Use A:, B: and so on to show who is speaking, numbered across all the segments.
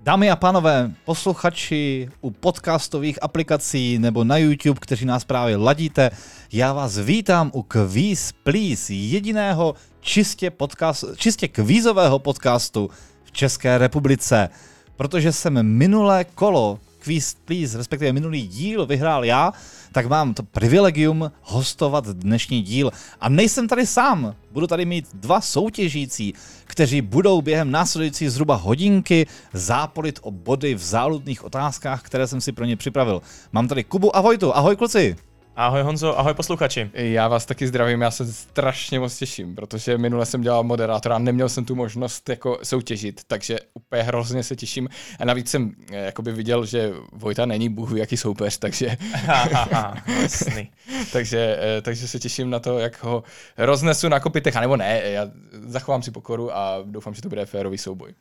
A: Dámy a pánové, posluchači u podcastových aplikací nebo na YouTube, kteří nás právě ladíte, já vás vítám u Quiz Please, jediného čistě, podcast, čistě kvízového podcastu v České republice. Protože jsem minulé kolo Quiz Please, respektive minulý díl vyhrál já, tak mám to privilegium hostovat dnešní díl. A nejsem tady sám, budu tady mít dva soutěžící, kteří budou během následující zhruba hodinky zápolit o body v záludných otázkách, které jsem si pro ně připravil. Mám tady Kubu a Vojtu, ahoj kluci!
B: Ahoj Honzo, ahoj posluchači.
C: Já vás taky zdravím, já se strašně moc těším, protože minule jsem dělal moderátora, neměl jsem tu možnost jako soutěžit, takže úplně hrozně se těším. A navíc jsem eh, jakoby viděl, že Vojta není bůh ví jaký soupeř, takže,
B: Hahaha, jasný.
C: takže, eh, takže se těším na to, jak ho roznesu na kopitech, anebo ne, já zachovám si pokoru a doufám, že to bude férový souboj.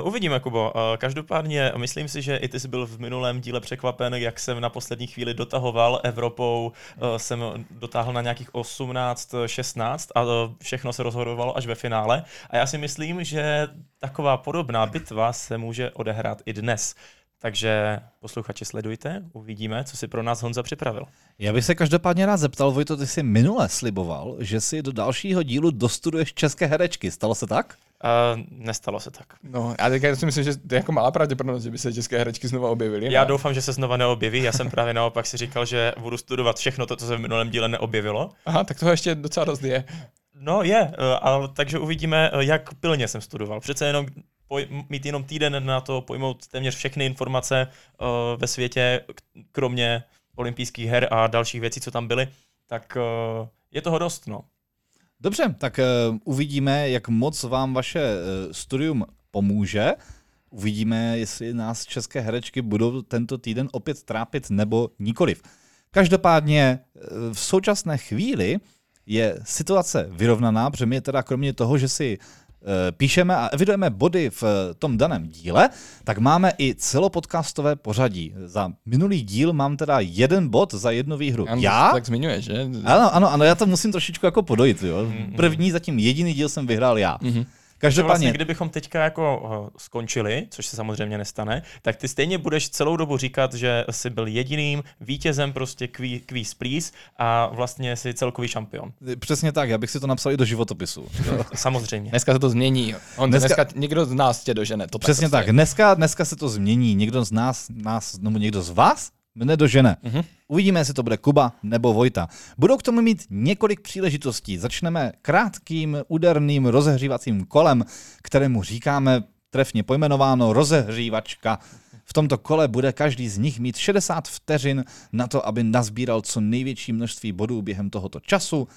B: Eh, Uvidíme, Kubo. Eh, Každopádně myslím si, že i ty jsi byl v minulém díle překvapen, jak jsem na poslední chvíli dotahoval Evropou. Eh, Jsem dotáhl na nějakých 18, 16 a eh, všechno se rozhodovalo až ve finále. A já si myslím, že taková podobná bitva se může odehrát i dnes. Takže posluchači sledujte, uvidíme, co si pro nás Honza připravil.
A: Já bych se každopádně rád zeptal, Vojto, ty jsi minule sliboval, že si do dalšího dílu dostuduješ české herečky, stalo se tak?
B: Uh, nestalo se tak.
C: No, a teďka si myslím, že to je jako malá pravděpodobnost, že by se české herečky znova objevily.
B: Já
C: ne?
B: doufám, že se znova neobjeví. Já jsem právě naopak si říkal, že budu studovat všechno to, co se v minulém díle neobjevilo.
C: Aha, tak toho ještě docela dost je.
B: No je, eh, ale takže uvidíme, eh, jak pilně jsem studoval. Přece jenom poj- mít jenom týden na to pojmout téměř všechny informace eh, ve světě, k- kromě olympijských her a dalších věcí, co tam byly, tak eh, je toho dost, no.
A: Dobře, tak eh, uvidíme, jak moc vám vaše eh, studium pomůže. Uvidíme, jestli nás české herečky budou tento týden opět trápit nebo nikoliv. Každopádně eh, v současné chvíli je situace vyrovnaná, protože my teda kromě toho, že si eh, píšeme a evidujeme body v eh, tom daném díle, tak máme i celopodcastové pořadí. Za minulý díl mám teda jeden bod za jednu výhru.
C: Ano,
A: Já?
C: Tak zmiňuješ, že?
A: Ano, ano, ano, já to musím trošičku jako podojit, jo. První zatím jediný díl jsem vyhrál já.
B: Že vlastně,
A: Každopádně,
B: kdybychom teďka jako eh, skončili, což se samozřejmě nestane, tak ty stejně budeš celou dobu říkat, že jsi byl jediným vítězem prostě kví- Quiz Please a vlastně jsi celkový šampion.
A: přesně tak, já bych si to napsal i do životopisu. jo.
B: Samozřejmě.
C: Dneska se to změní. On
A: Dneska-
C: dneska... dneska někdo z nás tě dožene. To
A: Přesně tak,
C: prostě.
A: dneska, dneska se to změní, někdo z nás, nás nebo někdo z vás mne dožene. Uvidíme, jestli to bude Kuba nebo Vojta. Budou k tomu mít několik příležitostí. Začneme krátkým, úderným rozehřívacím kolem, kterému říkáme trefně pojmenováno rozehřívačka. V tomto kole bude každý z nich mít 60 vteřin na to, aby nazbíral co největší množství bodů během tohoto času.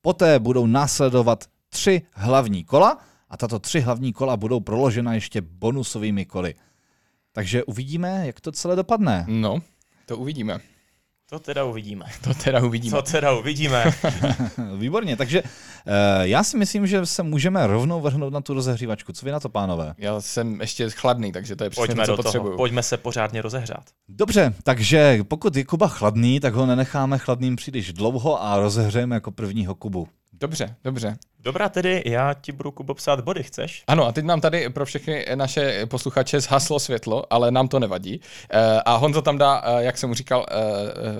A: Poté budou následovat tři hlavní kola a tato tři hlavní kola budou proložena ještě bonusovými koly. Takže uvidíme, jak to celé dopadne.
C: No, to uvidíme.
B: To teda uvidíme.
C: To teda uvidíme.
B: To teda uvidíme.
A: Výborně, takže eh, já si myslím, že se můžeme rovnou vrhnout na tu rozehřívačku. Co vy na to, pánové?
C: Já jsem ještě chladný, takže to je přesně
B: Pojďme
C: to, co
B: do toho.
C: potřebuju.
B: Pojďme se pořádně rozehrát.
A: Dobře, takže pokud je Kuba chladný, tak ho nenecháme chladným příliš dlouho a rozehřejeme jako prvního Kubu.
C: Dobře, dobře.
B: Dobrá tedy, já ti budu, Kubo, psát body, chceš?
C: Ano, a teď nám tady pro všechny naše posluchače zhaslo světlo, ale nám to nevadí. Eh, A Honza tam dá, eh, jak jsem mu říkal, eh,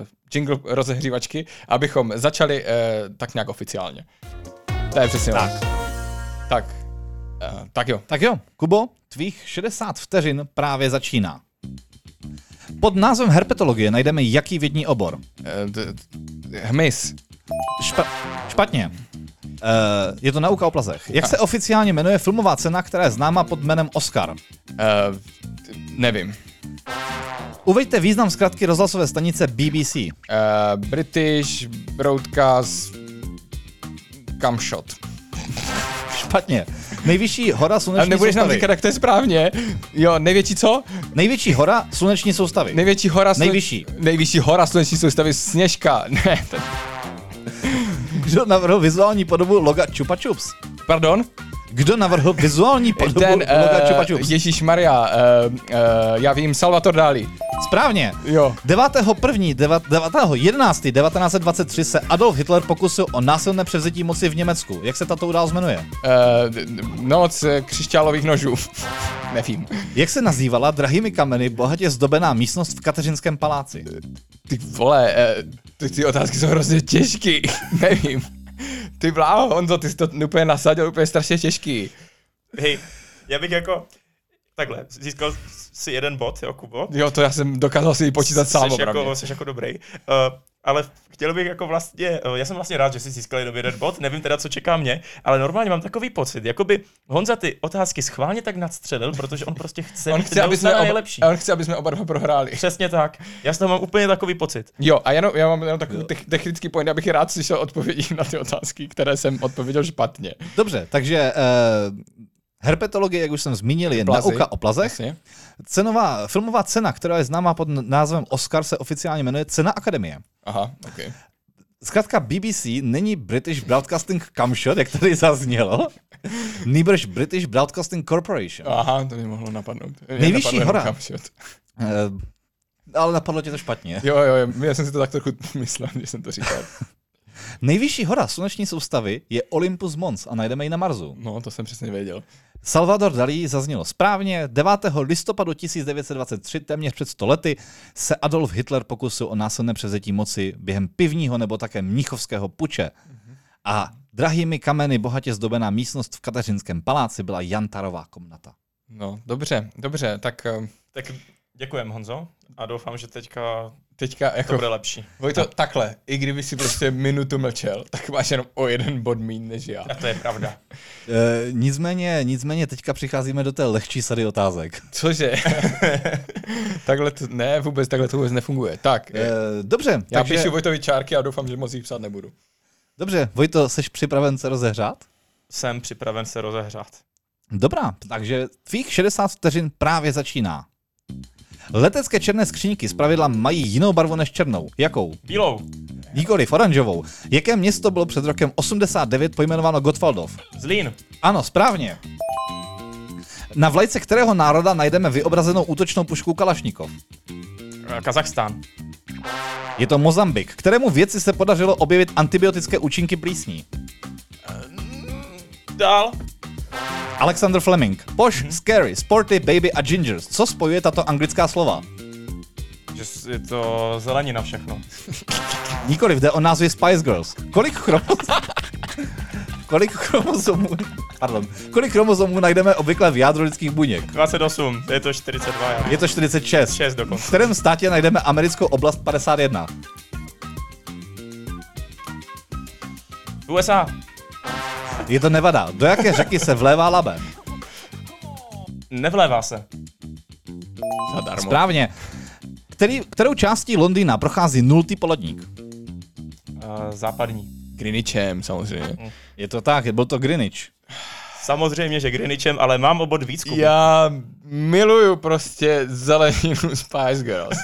C: eh, jingle rozehřívačky, abychom začali eh, tak nějak oficiálně. To je přesně tak. Tak. Eh, Tak jo.
A: Tak jo, Kubo, tvých 60 vteřin právě začíná. Pod názvem herpetologie najdeme jaký vědní obor?
C: Eh, t- t- Hmyz.
A: Špa- špatně. Uh, je to nauka o plazech. Jak se oficiálně jmenuje filmová cena, která je známa pod jménem Oscar?
C: Eh, t- Nevím.
A: Uveďte význam zkratky rozhlasové stanice BBC.
C: Eh, British Broadcast Camshot.
A: Špatně. Nejvyšší hora
C: Ale
A: sluneční
C: nebudeš nám
A: soustavy.
C: říkat, jak to je správně. Jo, největší co?
A: Největší hora sluneční soustavy.
C: Největší hora slune-
A: Nejvyšší.
C: Nejvyšší hora sluneční soustavy Sněžka. Ne, to...
A: Kdo navrhl vizuální podobu loga Chupa Chups?
C: pardon?
A: Kdo navrhl vizuální podobu
C: Ten,
A: loga Chupa
C: uh,
A: Chups?
C: Ježíš Maria, uh, uh, já vím, Salvator Dali.
A: Správně.
C: Jo.
A: 9.1. deva- 9.11. 1923 se Adolf Hitler pokusil o násilné převzetí moci v Německu. Jak se tato událost jmenuje?
C: Uh, noc eh, křišťálových nožů. Nevím.
A: Jak se nazývala drahými kameny bohatě zdobená místnost v Kateřinském paláci?
C: Ty vole, eh, ty, ty otázky jsou hrozně těžký. Nevím. Ty bláho, Honzo, ty jsi to úplně nasadil, úplně strašně těžký.
B: Hej, já bych jako... Takhle, získal si jeden bod, jo, Kubo.
C: Jo, to já jsem dokázal si ji počítat sám
B: jsi
C: opravdu.
B: jako, jsi jako dobrý. Uh, ale chtěl bych jako vlastně, uh, já jsem vlastně rád, že jsi získal jenom jeden bod, nevím teda, co čeká mě, ale normálně mám takový pocit, jakoby Honza ty otázky schválně tak nadstřelil, protože on prostě chce
C: On
B: mít
C: chce, aby jsme
B: neustále
C: oba,
B: nejlepší.
C: on chce, aby jsme oba dva prohráli.
B: Přesně tak. Já z toho mám úplně takový pocit.
C: Jo, a jenom, já mám jenom takový tech, technický point, abych rád slyšel odpovědi na ty otázky, které jsem odpověděl špatně.
A: Dobře, takže uh, herpetologie, jak už jsem zmínil, je
C: Plazy.
A: nauka o plazech.
C: Jasně.
A: Cenová, filmová cena, která je známá pod názvem Oscar, se oficiálně jmenuje Cena Akademie.
C: Aha, okay.
A: Zkrátka BBC není British Broadcasting Camshot, jak tady zaznělo, nýbrž British Broadcasting Corporation.
C: Aha, to mě mohlo napadnout. Mě
A: Nejvyšší
C: napadlo jenom
A: hora.
C: Kamšot.
A: Uh, ale napadlo tě to špatně.
C: Jo, jo, jo, já jsem si to tak trochu myslel, když jsem to říkal.
A: Nejvyšší hora sluneční soustavy je Olympus Mons a najdeme ji na Marsu.
C: No, to jsem přesně věděl.
A: Salvador Dalí zaznělo správně. 9. listopadu 1923, téměř před 100 lety, se Adolf Hitler pokusil o násilné převzetí moci během pivního nebo také mnichovského puče. A drahými kameny bohatě zdobená místnost v Kateřinském paláci byla Jantarová komnata.
C: No, dobře, dobře, tak eh,
B: Tak děkujem, Honzo, a doufám, že teďka
C: teďka
B: to
C: jako,
B: bude lepší.
C: Vojto, takhle, i kdyby si prostě minutu mlčel, tak máš jenom o jeden bod mín než já.
B: A to je pravda.
A: E, nicméně, nicméně teďka přicházíme do té lehčí sady otázek.
C: Cože? takhle to, ne, vůbec, takhle to vůbec nefunguje. Tak,
A: E, dobře,
C: já
A: takže,
C: píšu Vojtovi čárky a doufám, že moc jich psát nebudu.
A: dobře, Vojto, jsi připraven se rozehřát?
B: Jsem připraven se rozehrát.
A: Dobrá, takže tvých 60 vteřin právě začíná. Letecké černé skříňky zpravidla mají jinou barvu než černou. Jakou?
B: Bílou,
A: Nikoliv oranžovou. Jaké město bylo před rokem 89 pojmenováno Gottwaldov?
B: zlín,
A: Ano, správně. Na vlajce kterého národa najdeme vyobrazenou útočnou pušku Kalašnikov?
B: eh, Kazachstán,
A: Je to Mozambik, kterému věci se podařilo objevit antibiotické účinky plísní.
B: dál,
A: Alexander Fleming, Posh, Scary, Sporty, Baby a Gingers. Co spojuje tato anglická slova?
B: že s- je to zelenina všechno.
A: Nikoliv, jde o názvy Spice Girls. Kolik chromozomů... kolik chromozomů... Pardon. Kolik chromozomů najdeme obvykle v jádru lidských buněk?
B: 28, je to 42, já.
A: Je to 46.
B: 6
A: V
B: dokonce.
A: kterém státě najdeme americkou oblast 51?
B: USA,
A: Je to Nevada. Do jaké řeky se vlévá Labe?
B: nevlévá se.
C: Zadarmo.
A: Správně. Který, kterou částí Londýna prochází nultý polodník?
B: Eh, západní.
C: Greenwichem samozřejmě.
A: Je to tak, byl to Greenwich.
B: Samozřejmě, že Greenwichem, ale mám o bod víc, Kubu.
C: Já miluju prostě zeleninu Spice Girls.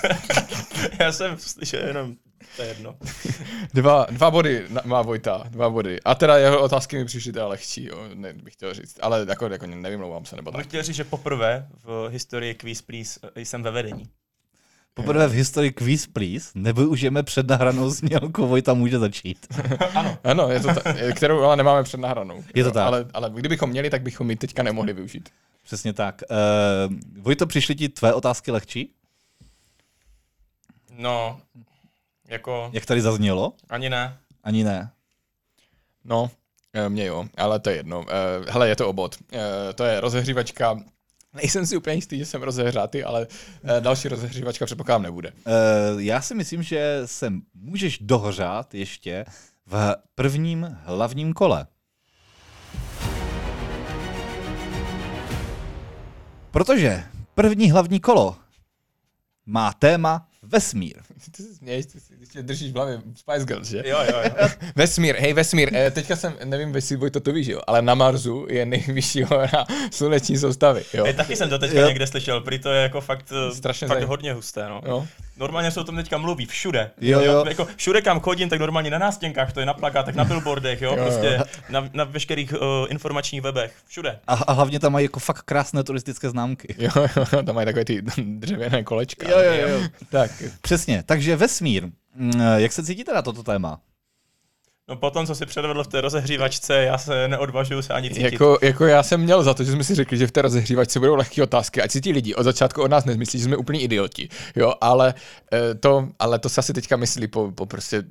B: Já jsem slyšel jenom, to je jedno.
C: Dva, dva body na- má Vojta, dva body. A teda jeho otázky mi přišly teda lehčí, jo, ne, bych chtěl říct. Ale jako, jako nevymlouvám se, nebo
B: Bych
C: tak.
B: chtěl říct, že poprvé v historii Quiz Please eh, jsem ve vedení.
A: Poprvé v historii Quiz Please nevyužijeme přednahranou znělku, Vojta může začít.
C: Ano, je to ta, je- kterou ale nemáme přednahranou.
A: Je to tak.
C: Ale, ale kdybychom měli, tak bychom ji teďka nemohli využít.
A: Přesně tak. Uh, Vojto, přišly ti tvé otázky lehčí?
B: No, jako
A: Jak tady zaznělo?
B: ani ne.
A: Ani ne.
C: No, eh, mě jo, ale to je jedno. Eh, Hele, je to obod. Eh, To je rozehřívačka. Nejsem si úplně jistý, že jsem rozehřátý, ale eh, další rozehřívačka předpokládám nebude.
A: Uh, já si myslím, že se můžeš dohřát ještě v prvním hlavním kole. Protože první hlavní kolo má téma Vesmír.
C: Ty se směješ, ty si ještě držíš v hlavě Spice Girls, že?
B: Jo, jo, jo.
C: Vesmír, hej vesmír, eh, teďka jsem, nevím, jestli Vojto to víš, jo, ale na Marsu je nejvyšší hora sluneční soustavy, jo.
B: Ej, taky jsem to teďka
A: Jo.
B: někde slyšel, prý to je jako fakt, eh,
C: Strašně
B: fakt
C: zajímavé.
B: hodně husté, no.
C: jo.
B: Normálně se o tom teďka mluví, všude.
A: Jo, jo.
B: Jako všude, kam chodím, tak normálně na nástěnkách, to je na plakátech, na billboardech, jo,
C: Jo, jo.
B: prostě na, na veškerých uh, informačních webech, všude.
A: A, a hlavně tam mají jako fakt krásné turistické známky.
C: Jo, jo, tam mají takové ty dřevěné kolečka.
A: jo.
C: Tak,
A: Přesně, takže vesmír. Mm, Jak se cítíte na toto téma?
B: No potom, co si předvedl v té rozehřívačce, já se neodvažuju se ani cítit.
C: jako, jako, já jsem měl za to, že jsme si řekli, že v té rozehřívačce budou lehké otázky, ať si ti lidi od začátku od nás nezmyslí, že jsme úplní idioti, jo, ale eh, to, ale to se asi teďka myslí po, po prostě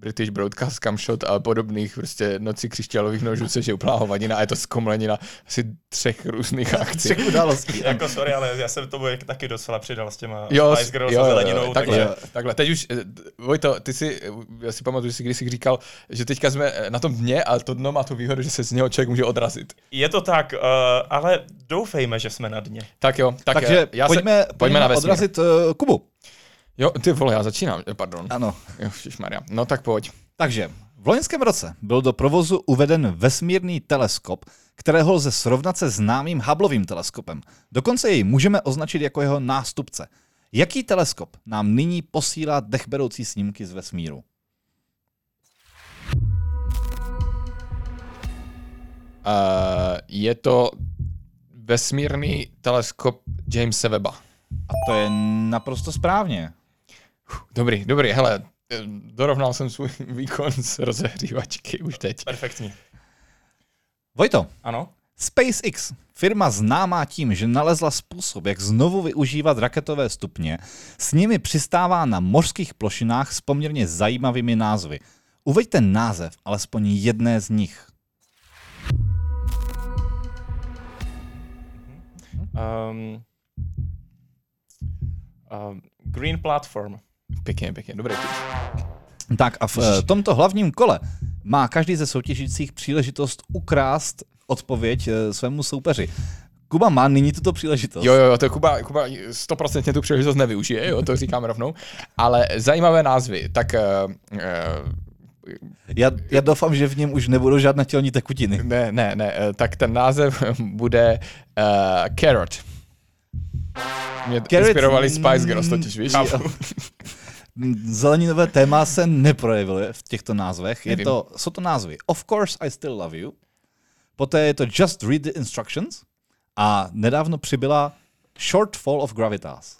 C: British Broadcast, Camshot a podobných prostě noci křišťálových nožů, což je úplná hovadina a je to zkomlenina asi třech různých akcí.
A: Všech událostí.
B: Jako sorry, ale já jsem tomu jak- taky docela přidal s těma
C: Jo,
B: Spice Girls
C: jo,
B: a
C: jo,
B: zeleninou,
C: jo, takhle,
B: takže
C: takže... takhle. Teď už, eh, Vojto, ty si, eh, já si pamatuju, že jsi kdysi říkal, že teďka jsme eh, na tom dně, ale to dno má tu výhodu, že se z něho člověk může odrazit.
B: je to tak, uh, ale doufejme, že jsme na dně.
C: Tak jo, tak eh,
A: Takže
C: já se,
A: pojďme,
C: pojďme, pojďme na vesmír.
A: odrazit uh, Kubu.
C: Jo, ty vole, já začínám, eh, pardon.
A: Ano.
C: Jo, Maria. No tak pojď.
A: Takže v loňském roce byl do provozu uveden vesmírný teleskop, kterého lze srovnat se známým Hubbleovým teleskopem. Dokonce jej můžeme označit jako jeho nástupce. Jaký teleskop nám nyní posílá dechberoucí snímky z vesmíru?
C: Uh, je to vesmírný teleskop Jamesa Webba.
A: A to je naprosto správně.
C: Dobrý, dobrý, hele, eh, dorovnal jsem svůj výkon z rozehřívačky už teď.
B: Perfektní.
A: Vojto,
B: Ano?
A: SpaceX, firma známá tím, že nalezla způsob, jak znovu využívat raketové stupně, s nimi přistává na mořských plošinách s poměrně zajímavými názvy. Uveďte název alespoň jedné z nich.
B: Um, um, green Platform.
C: Pěkně, pěkně, dobrý.
A: Tak a v eh, tomto hlavním kole má každý ze soutěžících příležitost ukrást odpověď eh, svému soupeři. Kuba má nyní tuto příležitost.
C: Jo, jo, jo, to Kuba, Kuba stoprocentně tu příležitost nevyužije, jo, to říkám rovnou. Ale zajímavé názvy, tak uh,
A: Já, já doufám, že v něm už nebudou žádné tělní tekutiny.
C: ne, ne, ne, eh, tak ten název bude uh, Carrot. Mě Carrot,
A: Carrot-
C: inspirovali Spice Girls totiž, víš?
A: Chápu. Zeleninové téma se neprojevilo v těchto názvech. Je
C: Nevím.
A: to, jsou to názvy Of Course I Still Love You, poté je to Just Read the Instructions a nedávno přibyla Shortfall of Gravitas.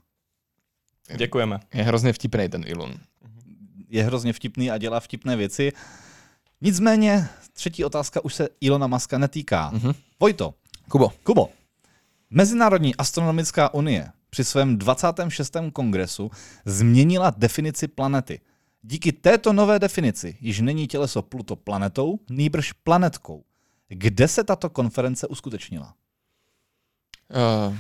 B: Děkujeme.
C: Je hrozně vtipný ten Ilun.
A: Je hrozně vtipný a dělá vtipné věci. Nicméně třetí otázka už se Ilona Maska netýká. Mm-hmm. Vojto,
C: Kubo,
A: Kubo, Mezinárodní astronomická unie při svém 26. kongresu změnila definici planety. Díky této nové definici již není těleso Pluto planetou, nýbrž planetkou. Kde se tato konference uskutečnila?
C: Uh,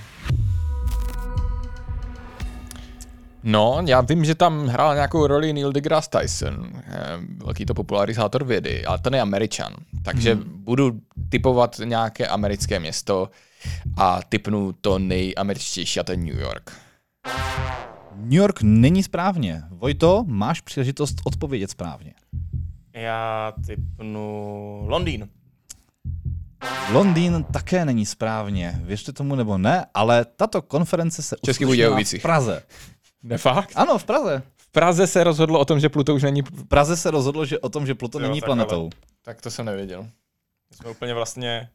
C: no, já vím, že tam hrál nějakou roli Neil deGrasse Tyson, eh, velký to popularizátor vědy, ale ten je američan. Takže hmm. budu typovat nějaké americké město a typnu to nejameričtější a to je New York.
A: New York není správně. Vojto, máš příležitost odpovědět správně.
B: Já typnu Londýn.
A: Londýn také není správně, věřte tomu nebo ne, ale tato konference se
C: Českých
A: uskutečnila v
C: Budějovicích.
A: Praze.
C: Nefakt?
A: Ano, v Praze.
C: V Praze se rozhodlo o tom, že Pluto už není...
A: V Praze se rozhodlo, že o tom, že Pluto
B: Jo,
A: není
B: takhle.
A: planetou.
C: Tak to jsem nevěděl.
B: My jsme úplně vlastně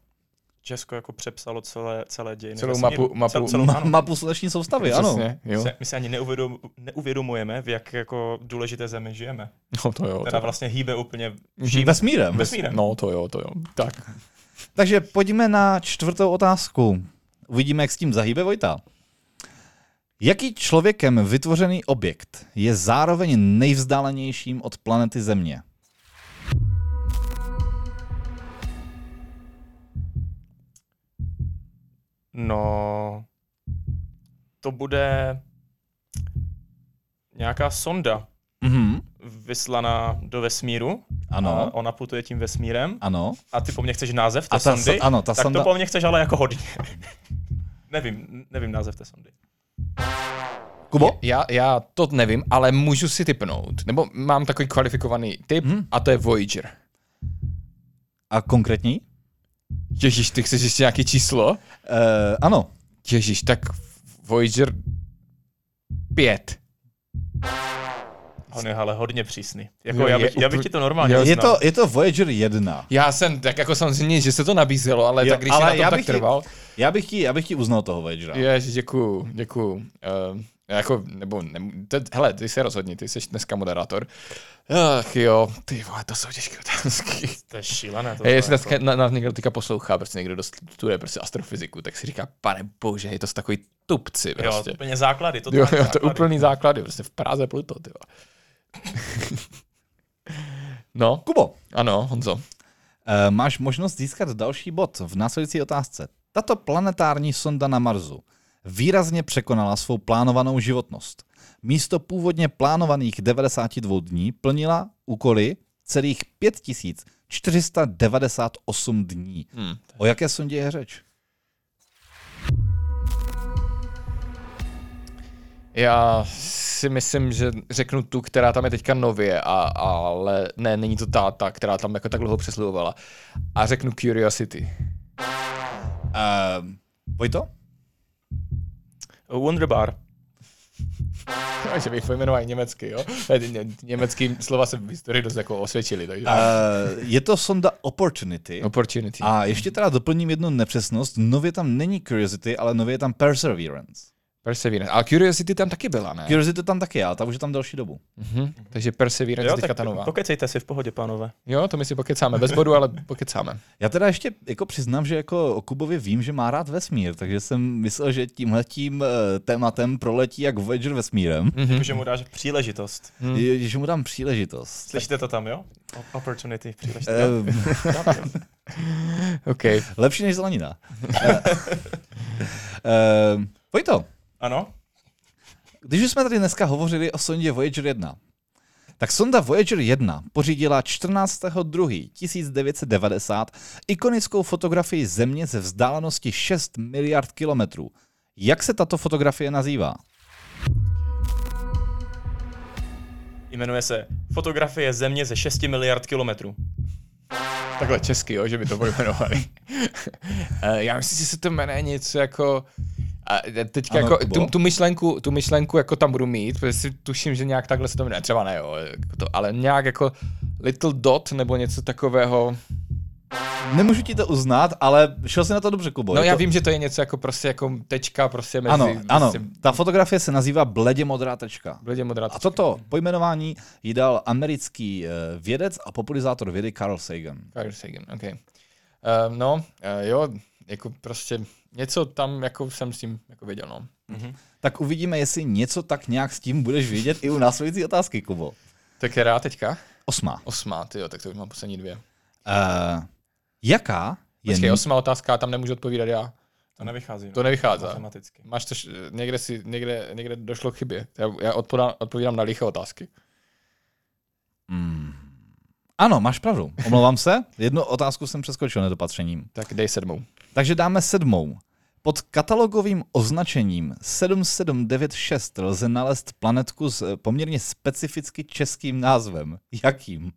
B: Česko jako přepsalo celé, celé dějiny.
C: Celou
B: vesmíru.
C: mapu- mapu-
B: Cel, celou,
A: Ma-
B: ano.
A: mapu sluneční soustavy, ano.
C: Přesně, jo.
B: Se- My se ani neuvědom, neuvědomujeme, v jak jako důležité zemi žijeme.
C: No to jo.
B: Teda
C: To...
B: vlastně hýbe úplně
A: Žijeme Vesmírem.
B: vesmírem.
C: No to jo, to jo. Tak.
A: Takže pojďme na čtvrtou otázku. Uvidíme, jak s tím zahýbe Vojta. Jaký člověkem vytvořený objekt je zároveň nejvzdálenějším od planety Země?
B: No, to bude nějaká sonda
A: Mhm.
B: vyslaná do vesmíru.
A: Ano,
B: A ona putuje tím vesmírem.
A: ano.
B: A ty po mně chceš název té
A: A ta
B: sondy?
A: so- ano, ta
B: tak
A: sonda-
B: to po mně chceš ale jako hodně. nevím, nevím název té sondy.
A: Kubo?
C: Já, já to nevím, ale můžu si typnout. Nebo mám takový kvalifikovaný typ
A: Mhm.
C: a to je Voyager.
A: A konkrétní?
C: Ježíš, ty chceš ještě nějaké číslo?
A: Uh, ano.
C: Ježíš, tak Voyager 5.
B: On je ale hodně přísný.
C: Jo,
B: Jako, já,
C: je
B: bych, já bych
C: upr-
B: ti to normálně
A: Je to,
B: uznal.
A: je to Voyager 1.
C: Já jsem tak jako samozřejmě, že se to nabízelo, ale
A: Jo,
C: jo, tak když
A: ale
C: ale jsem na
A: já
C: tom tak
A: bych ti-
C: trval.
A: Já bych ti, já bych ti uznal toho Voyagera.
C: Ježíš, děkuju, děkuju. Uh, jako, nebo, ne, te, hele, ty se rozhodni, ty jsi dneska moderátor. Ach jo, ty vole, to jsou těžké otázky.
B: To je šílené. To jako-
C: Hej, jestli
B: je
C: dneska na, nás někdo teďka poslouchá, prostě někdo studuje prostě astrofyziku, tak si říká, pane bože, je to z takový tupci
B: Jo,
C: prostě.
B: úplně základy. To no.
C: Jo, jo, to úplný základy, prostě v Praze Pluto, ty vole. No,
A: Kubo,
C: ano, Honzo.
A: Eh, Máš možnost získat další bod v následující otázce. Tato planetární sonda na Marsu výrazně překonala svou plánovanou životnost. Místo původně plánovaných 92 dní plnila úkoly celých 5498 dní.
C: Hmm.
A: O jaké sondě je řeč?
C: Já si myslím, že řeknu tu, která tam je teďka nově, a, ale ne, není to ta, ta, která tam jako tak dlouho přesluhovala. A řeknu Curiosity.
A: Uh, Vojto?
B: Wonderbar.
C: Jo, že bych pojmenoval německy, jo? Ně- ně- Německý slova se v historii dost jako osvědčili, takže...
A: Uh, je to sonda Opportunity.
C: Opportunity.
A: A ještě teda doplním jednu nepřesnost. Nově tam není Curiosity, ale nově je tam Perseverance.
C: Perseverance. Ale Curiosity tam taky byla, ne?
A: Curiosity tam taky, ale ta už je tam delší dobu.
C: Mhm. Takže Perseverance jo,
B: Jo,
C: teďka
B: tak
C: ta nová.
B: pokecejte si v pohodě, pánové.
C: Jo, to my si pokecáme. Bez bodu, ale pokecáme.
A: Já teda ještě jako přiznám, že jako o Kubovi vím, že má rád vesmír, takže jsem myslel, že tímhletím eh, tématem proletí jak Voyager vesmírem,
C: Mhm. No,
B: Že mu dáš příležitost.
A: hmm. že mu dám příležitost.
B: Slyšíte to tam, jo? O- Opportunity, příležitost.
A: Eh,
C: OK.
A: lepší než zelenina. Eh, eh, Vojto,
B: Ano?
A: když už jsme tady dneska hovořili o sondě Voyager 1, tak sonda Voyager 1 pořídila 14.2.1990 ikonickou fotografii Země ze vzdálenosti 6 miliard kilometrů. Jak se tato fotografie nazývá?
B: Jmenuje se Fotografie země ze 6 miliard kilometrů.
C: Takhle česky, jo, že by to pojmenovali. Eh, Já myslím, že se to jmenuje něco jako... A teďka
A: Ano,
C: ano, jako
A: Kubo.
C: tu, tu, myšlenku, tu myšlenku jako tam budu mít, protože si tuším, že nějak takhle se to jmenuje, třeba ne, jo, jako to, ale nějak jako Little Dot nebo něco takového.
A: Nemůžu ti to uznat, ale šel jsi na to dobře, Kubo.
C: No
A: Je
C: já
A: to...
C: vím, že to je něco jako prostě jako tečka prostě mezi...
A: Ano, ano.
C: Prostě,
A: Ta fotografie se nazývá bledě modrá tečka.
C: bledě modrá
A: A toto pojmenování jí dal americký eh, vědec a popularizátor vědy Carl Sagan.
C: Carl Sagan, OK. Uh, no, uh, jo, jako prostě něco tam jako jsem s tím jako věděl, no.
A: Tak uvidíme, jestli něco tak nějak s tím budeš vědět i u následující otázky, Kubo.
C: Tak je rád teďka?
A: Osmá.
C: Osmá, jo, tak to už mám poslední dvě.
A: Uh, jaká je...
C: Počkej, osmá otázka, tam nemůžu odpovídat já.
B: To nevychází. no.
C: To nevychází.
B: Matematicky.
C: Máš to, š- někde, si, někde, někde došlo k chybě. Já, já odpovídám, odpovídám na liché otázky.
A: Mm. Ano, máš pravdu. Omlouvám se. Jednu otázku jsem přeskočil nedopatřením.
C: Tak dej sedmou.
A: Takže dáme sedmou. Pod katalogovým označením 7796 lze nalézt planetku s eh, poměrně specificky českým názvem. Jakým?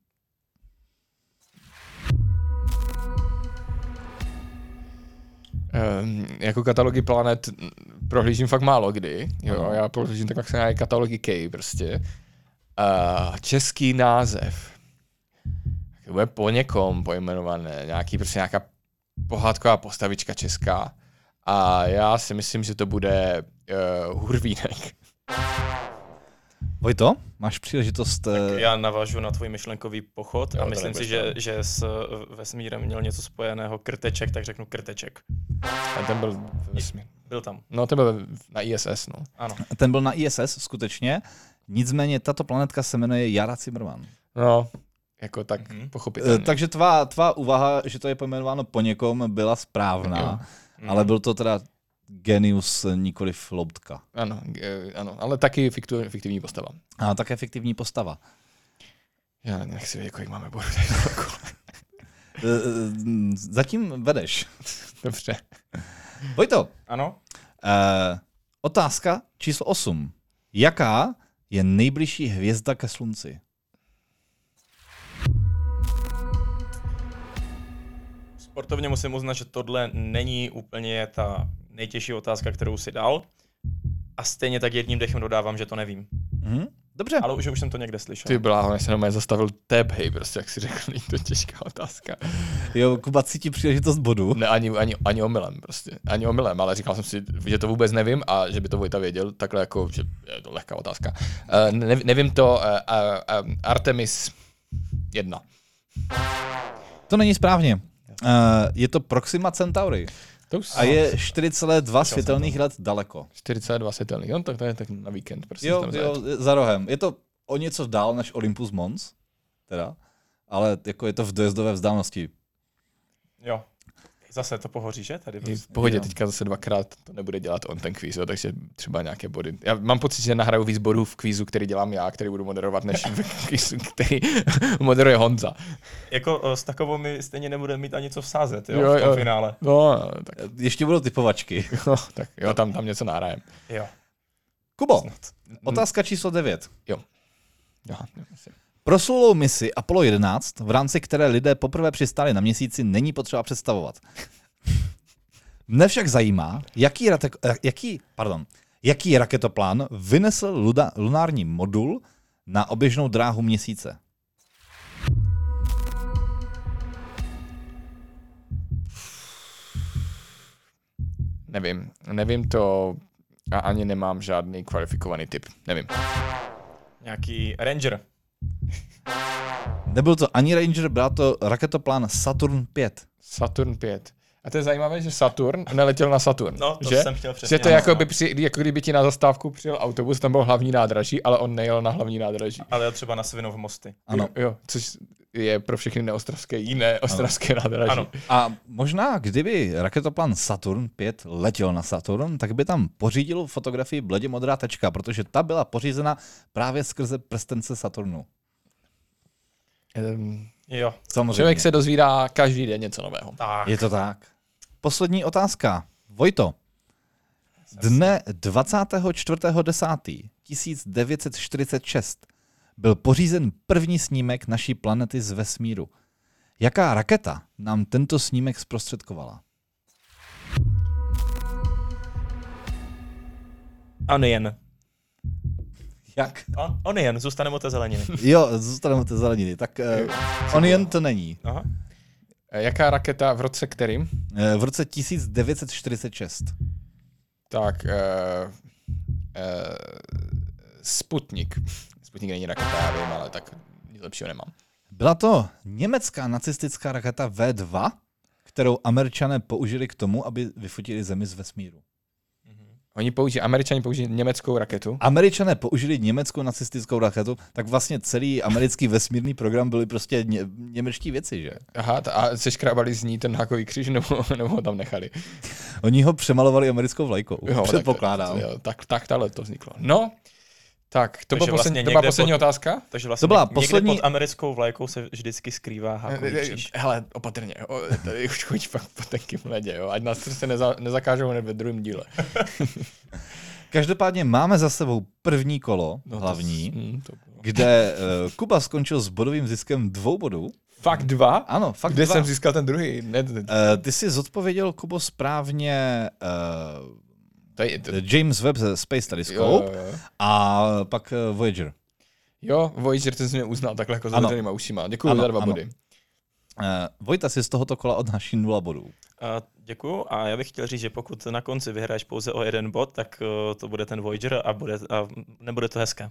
C: Um, jako katalogy planet mm, prohlížím fakt málo kdy. Jo,
A: Ano.
C: já prohlížím tak maximálně katalogy K prostě. Uh, český název. Tak Bude po někom pojmenované. Nějaký, prostě nějaká pohádková postavička česká. A já si myslím, že to bude uh, Hurvínek.
A: Vojto, máš příležitost... eh,
B: Já navážu na tvůj myšlenkový pochod
C: Jo,
B: a
C: to
B: myslím si,
C: nebudeš
B: že,
C: tam.
B: že s eh, vesmírem měl něco spojeného krteček, tak řeknu krteček.
C: A ten byl ve vesmíru.
B: Byl tam,
C: No, ten byl na ISS, no.
B: ano.
A: Ten byl na ISS, skutečně. Nicméně tato planetka se jmenuje Jara Zimmerman.
C: No, jako tak
B: Mhm.
C: mm-hmm.
A: Eh,
C: pochopitelně. Tak...
A: Takže tvá, tvá úvaha, že to je pojmenováno po někom, byla
C: Jo.
A: správná, ale byl to teda genius, eh, nikoliv loutka.
C: Ano, eh, ano, ale taky fiktu, fiktivní postava.
A: A také fiktivní postava.
C: Já nechci vědět, kolik máme bodů.
A: Eh, eh, Zatím vedeš.
C: Dobře.
A: Vojto,
B: Ano?
A: eh, otázka číslo 8. Jaká je nejbližší hvězda ke slunci?
B: Sportovně musím uznat, že tohle není úplně ta nejtěžší otázka, kterou si dal. A stejně tak jedním dechem dodávám, že to nevím.
A: Mhm. Dobře.
B: Ale už, už jsem to někde slyšel.
C: Ty bláho, já se normálně zastavil teb, hej, prostě, jak si řekl, není to těžká otázka.
A: Jo, Kuba cítí příležitost bodu.
C: Ne, ani, ani, ani omylem, prostě. Ani omylem, ale říkal jsem si, že to vůbec nevím a že by to Vojta věděl, takhle jako, že je to lehká otázka. Uh, ne, nevím to, uh, uh, um, Artemis 1.
A: To není správně. Uh, je to Proxima Centauri
C: To už
A: a je 4,2 světelných let daleko.
C: 42 světelných, no tak to je tak na víkend, prostě.
A: Jo,
C: tam zajet.
A: jo, za rohem. Je to o něco dál než Olympus Mons, teda, ale jako je to v dojezdové vzdálenosti.
B: Jo. Zase to pohoří, že? Tady
C: Je
B: prostě.
C: V pohodě,
A: Jo.
C: teďka zase dvakrát to nebude dělat on ten kvíz, jo, takže třeba nějaké body. Já mám pocit, že nahraju víc bodů v kvízu, který dělám já, který budu moderovat, než v kvízu, který moderuje Honza.
B: Jako eh, s takovou mi stejně nebude mít ani co vsázet, jo,
C: Jo,
B: v tom
C: jo.
B: finále.
C: No, tak,
A: Ještě budou typovačky.
C: no, tak jo, tam, tam něco nahrajem.
B: Jo.
A: Kubo, otázka číslo 9.
C: Aha, jo, No, asi.
A: Proslulou misi Apollo 11, v rámci které lidé poprvé přistáli na měsíci, není potřeba představovat. Mne však zajímá, jaký, rate, jaký, pardon, jaký raketoplán vynesl luda, lunární modul na oběžnou dráhu měsíce.
C: Nevím, nevím to a ani nemám žádný kvalifikovaný typ. Nevím.
B: Nějaký Ranger.
A: Nebyl to ani Ranger, byl to raketoplán Saturn 5.
C: Saturn 5. A to je zajímavé, že Saturn neletěl na Saturn.
B: No, to
C: že?
B: jsem chtěl přesně
C: Že to
B: říct,
C: jako,
B: no.
C: by při, jako kdyby ti na zastávku přijel autobus, tam byl hlavní nádraží, ale on nejel na hlavní nádraží.
B: Ale jo, třeba na Svinov mosty.
A: Ano.
C: Jo, jo, což je pro všechny neostrovské jiné ostrovské nádraží.
B: Ano.
A: A možná, kdyby raketoplán Saturn 5 letěl na Saturn, tak by tam pořídil fotografii bledě modrá tečka, protože ta byla pořízena právě skrze prstence Saturnu.
C: Ehm,
B: Jo.
A: Samozřejmě.
C: Člověk se dozvídá každý den něco nového.
B: Tak.
A: Je to tak. Poslední otázka. Vojto. Dne 24.10.1946 byl pořízen první snímek naší planety z vesmíru. Jaká raketa nám tento snímek zprostředkovala?
B: Onion.
A: Jak?
B: On, onion, zůstaneme u té zeleniny.
A: Jo, zůstaneme u té zeleniny. Tak uh, on jen to není.
B: Aha.
C: E, Jaká raketa v roce kterým?
A: Eh, v roce 1946.
C: Tak e, e, Sputnik. Sputnik není raketa, já vím, ale tak nic lepšího nemám.
A: Byla to německá nacistická raketa V2, kterou američané použili k tomu, aby vyfotili Zemi z vesmíru.
C: Oni použijí, američani použijí německou raketu.
A: Američané použili německou nacistickou raketu, tak vlastně celý americký vesmírný program byly prostě ně, němečtí věci, že?
C: Aha, t- a seškrábali z ní ten hákový kříž, nebo, nebo ho tam nechali.
A: Oni ho přemalovali americkou vlajkou, jo,
C: tak-
A: předpokládám.
C: jo, Tak, tak, takhle to vzniklo. No, tak, to,
B: Takže
C: byla poslední,
B: vlastně
C: to byla
B: někde
C: poslední
B: pod-
C: otázka?
B: Takže vlastně
A: To byla
B: něk- někde
A: poslední-
B: pod americkou vlajkou se vždycky skrývá hákový kříž.
C: Hele, opatrně, o, tady už chodí fakt po tenkým ledě, jo, ať nás se neza, nezakážou hned ve druhém díle.
A: Každopádně máme za sebou první kolo,
C: to-
A: hlavní,
C: hm, to bylo.
A: kde eh, Kuba skončil s bodovým ziskem dvou bodů.
C: Fakt dva?
A: Ano, fakt
C: Kde
A: dva.
C: jsem získal ten druhý? Ne, ne,
A: Eh, ty jsi zodpověděl, Kubo, správně eh,
C: to je, to,
A: James Webb ze Space
C: jo,
A: Telescope
C: jo, jo.
A: a pak eh, Voyager.
C: jo, Voyager, ten jsi mě uznal takhle jako
A: Ano.
C: zavřenýma ušima. Děkuji
A: Ano,
C: za dva
A: ano.
C: body.
A: Eh, Vojta si z tohoto kola odnáší nula bodů.
B: A děkuju a já bych chtěl říct, že pokud na konci vyhraješ pouze o jeden bod, tak eh, to bude ten Voyager a, bude, a nebude to hezké.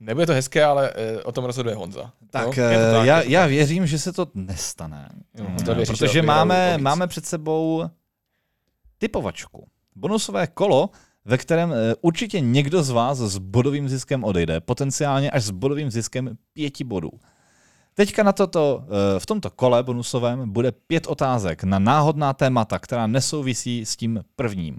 C: Nebude to hezké, ale e, o tom rozhoduje Honza.
A: Tak,
C: Jo?
A: eh,
B: je to tak,
A: já,
B: je to
A: já věřím, že se to nestane.
C: Jo,
A: Mm,
C: to věříš, že
A: protože
C: odběrou o
A: máme,
C: víc.
A: máme před sebou typovačku. Bonusové kolo, ve kterém eh, určitě někdo z vás s bodovým ziskem odejde, potenciálně až s bodovým ziskem pěti bodů. Teďka na toto, eh, v tomto kole bonusovém bude pět otázek na náhodná témata, která nesouvisí s tím prvním.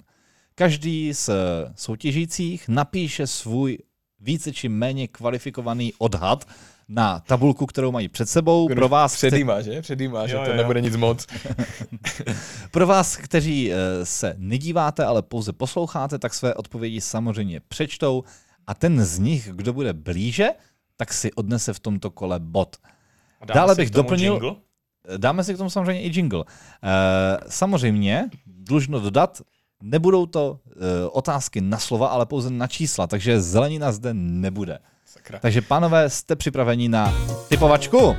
A: Každý z eh, soutěžících napíše svůj více či méně kvalifikovaný odhad na tabulku, kterou mají před sebou.
C: Když
A: Pro vás, kte-
C: Předjímá, že? Předjímá, že
B: Jo,
C: to
B: jo, jo.
C: nebude nic moc.
A: pro vás, kteří eh, se nedíváte, ale pouze posloucháte, tak své odpovědi samozřejmě přečtou a ten z nich, kdo bude blíže, tak si odnese v tomto kole bod.
B: Dáme
A: Dále
B: si
A: bych
B: k tomu
A: doplnil-
B: jingle?
A: Dáme si k tomu samozřejmě i jingle. Eh, samozřejmě, dlužno dodat, nebudou to eh, otázky na slova, ale pouze na čísla, takže zelenina zde nebude.
C: Sakra.
A: Takže pánové, jste připraveni na typovačku?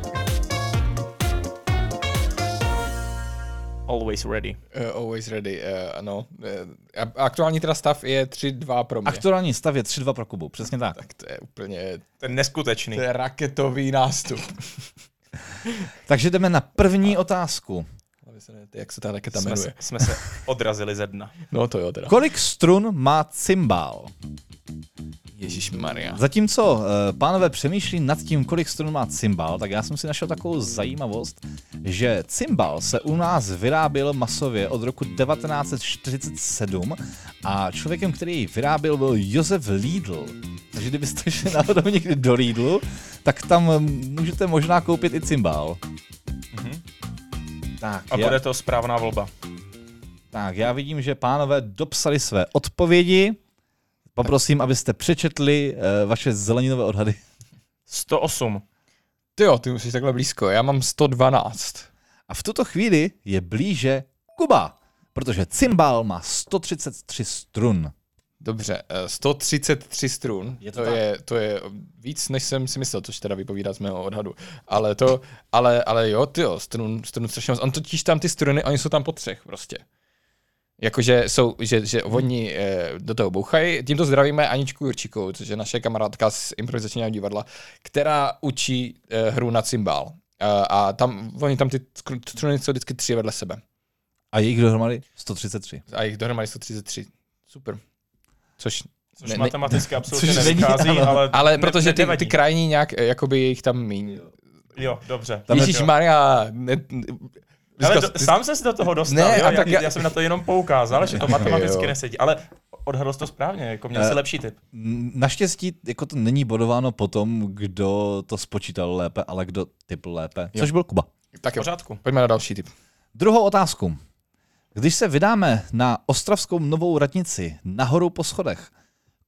B: Always ready.
C: Uh, always ready, uh, ano. Uh, aktuální teda stav je 3-2 pro mě.
A: Aktuální stav je 3-2 pro Kubu, přesně tak.
C: tak to je úplně
B: To je neskutečný.
C: to je raketový nástup.
A: Takže jdeme na první otázku.
C: Hlavně se ne- Jak se ta raketa
B: jsme,
C: jmenuje?
B: se, jsme se odrazili ze dna.
C: No to jo teda.
A: Kolik strun má cymbál?
C: Ježíš Maria.
A: Zatímco eh, pánové přemýšlí nad tím, kolik strun má cymbal, tak já jsem si našel takovou zajímavost, že cymbal se u nás vyráběl masově od roku 1947 a člověkem, který jej vyráběl, byl Josef Lidl. Takže kdybyste šli náhodou někdy do Lidlu, tak tam eh, můžete možná koupit i cymbal.
B: Mhm.
A: Tak,
B: A
A: já,
B: bude to správná volba.
A: tak, já vidím, že pánové dopsali své odpovědi. Poprosím, abyste přečetli eh, vaše zeleninové odhady.
B: 108.
C: Ty jo, ty musíš takhle blízko. Já mám 112.
A: A v tuto chvíli je blíže Kuba, protože cymbál má 133 strun.
C: Dobře, eh, 133 strun.
A: Je to
C: to,
A: tak.
C: je, to je eh, víc, než jsem si myslel, což teda vypovídá z mého odhadu. Ale to, ale, ale jo, ty jo, strun, strun strašně moc. On totiž tam ty struny, oni jsou tam po třech prostě. Jakože jsou, že, že oni eh, do toho bouchají. Tímto zdravíme Aničku Jurčíkovou, což je naše kamarádka z improvizačního divadla, která učí eh, hru na cymbál. Eh, a tam, oni tam ty skru- struny jsou vždycky tři vedle sebe.
A: A jejich dohromady 133.
C: A jich dohromady 133. Super. Což
B: Což
C: Ne-
B: ne,
C: ne-
B: matematicky absolutně
A: což není,
B: nevychází,
A: ano.
B: ale,
C: Ale
B: ne-
C: protože ty, ty
B: nevadí.
C: krajní nějak, eh, jakoby je jich tam míň.
B: Jo, dobře.
A: Tam je-
C: Ježíš Maria, ne, ne,
B: Ale
C: Dneska-
B: do, sám jsem se do toho dostal,
C: Ne,
B: ne, jo?
C: a
B: Já,
C: tak
B: tak
C: já-
B: já, já jsem na to jenom poukázal, že to matematicky
C: Jo.
B: nesedí, ale odhadl jsi to správně, jako měl
A: Eh.
B: jsi lepší typ.
A: N- Naštěstí jako to není bodováno po tom, kdo to spočítal lépe, ale kdo typl lépe, což byl Kuba.
C: tak
B: V
C: jo,
B: pořádku.
C: pojďme na další typ.
A: Druhou otázku. Když se vydáme na ostravskou novou radnici nahoru po schodech,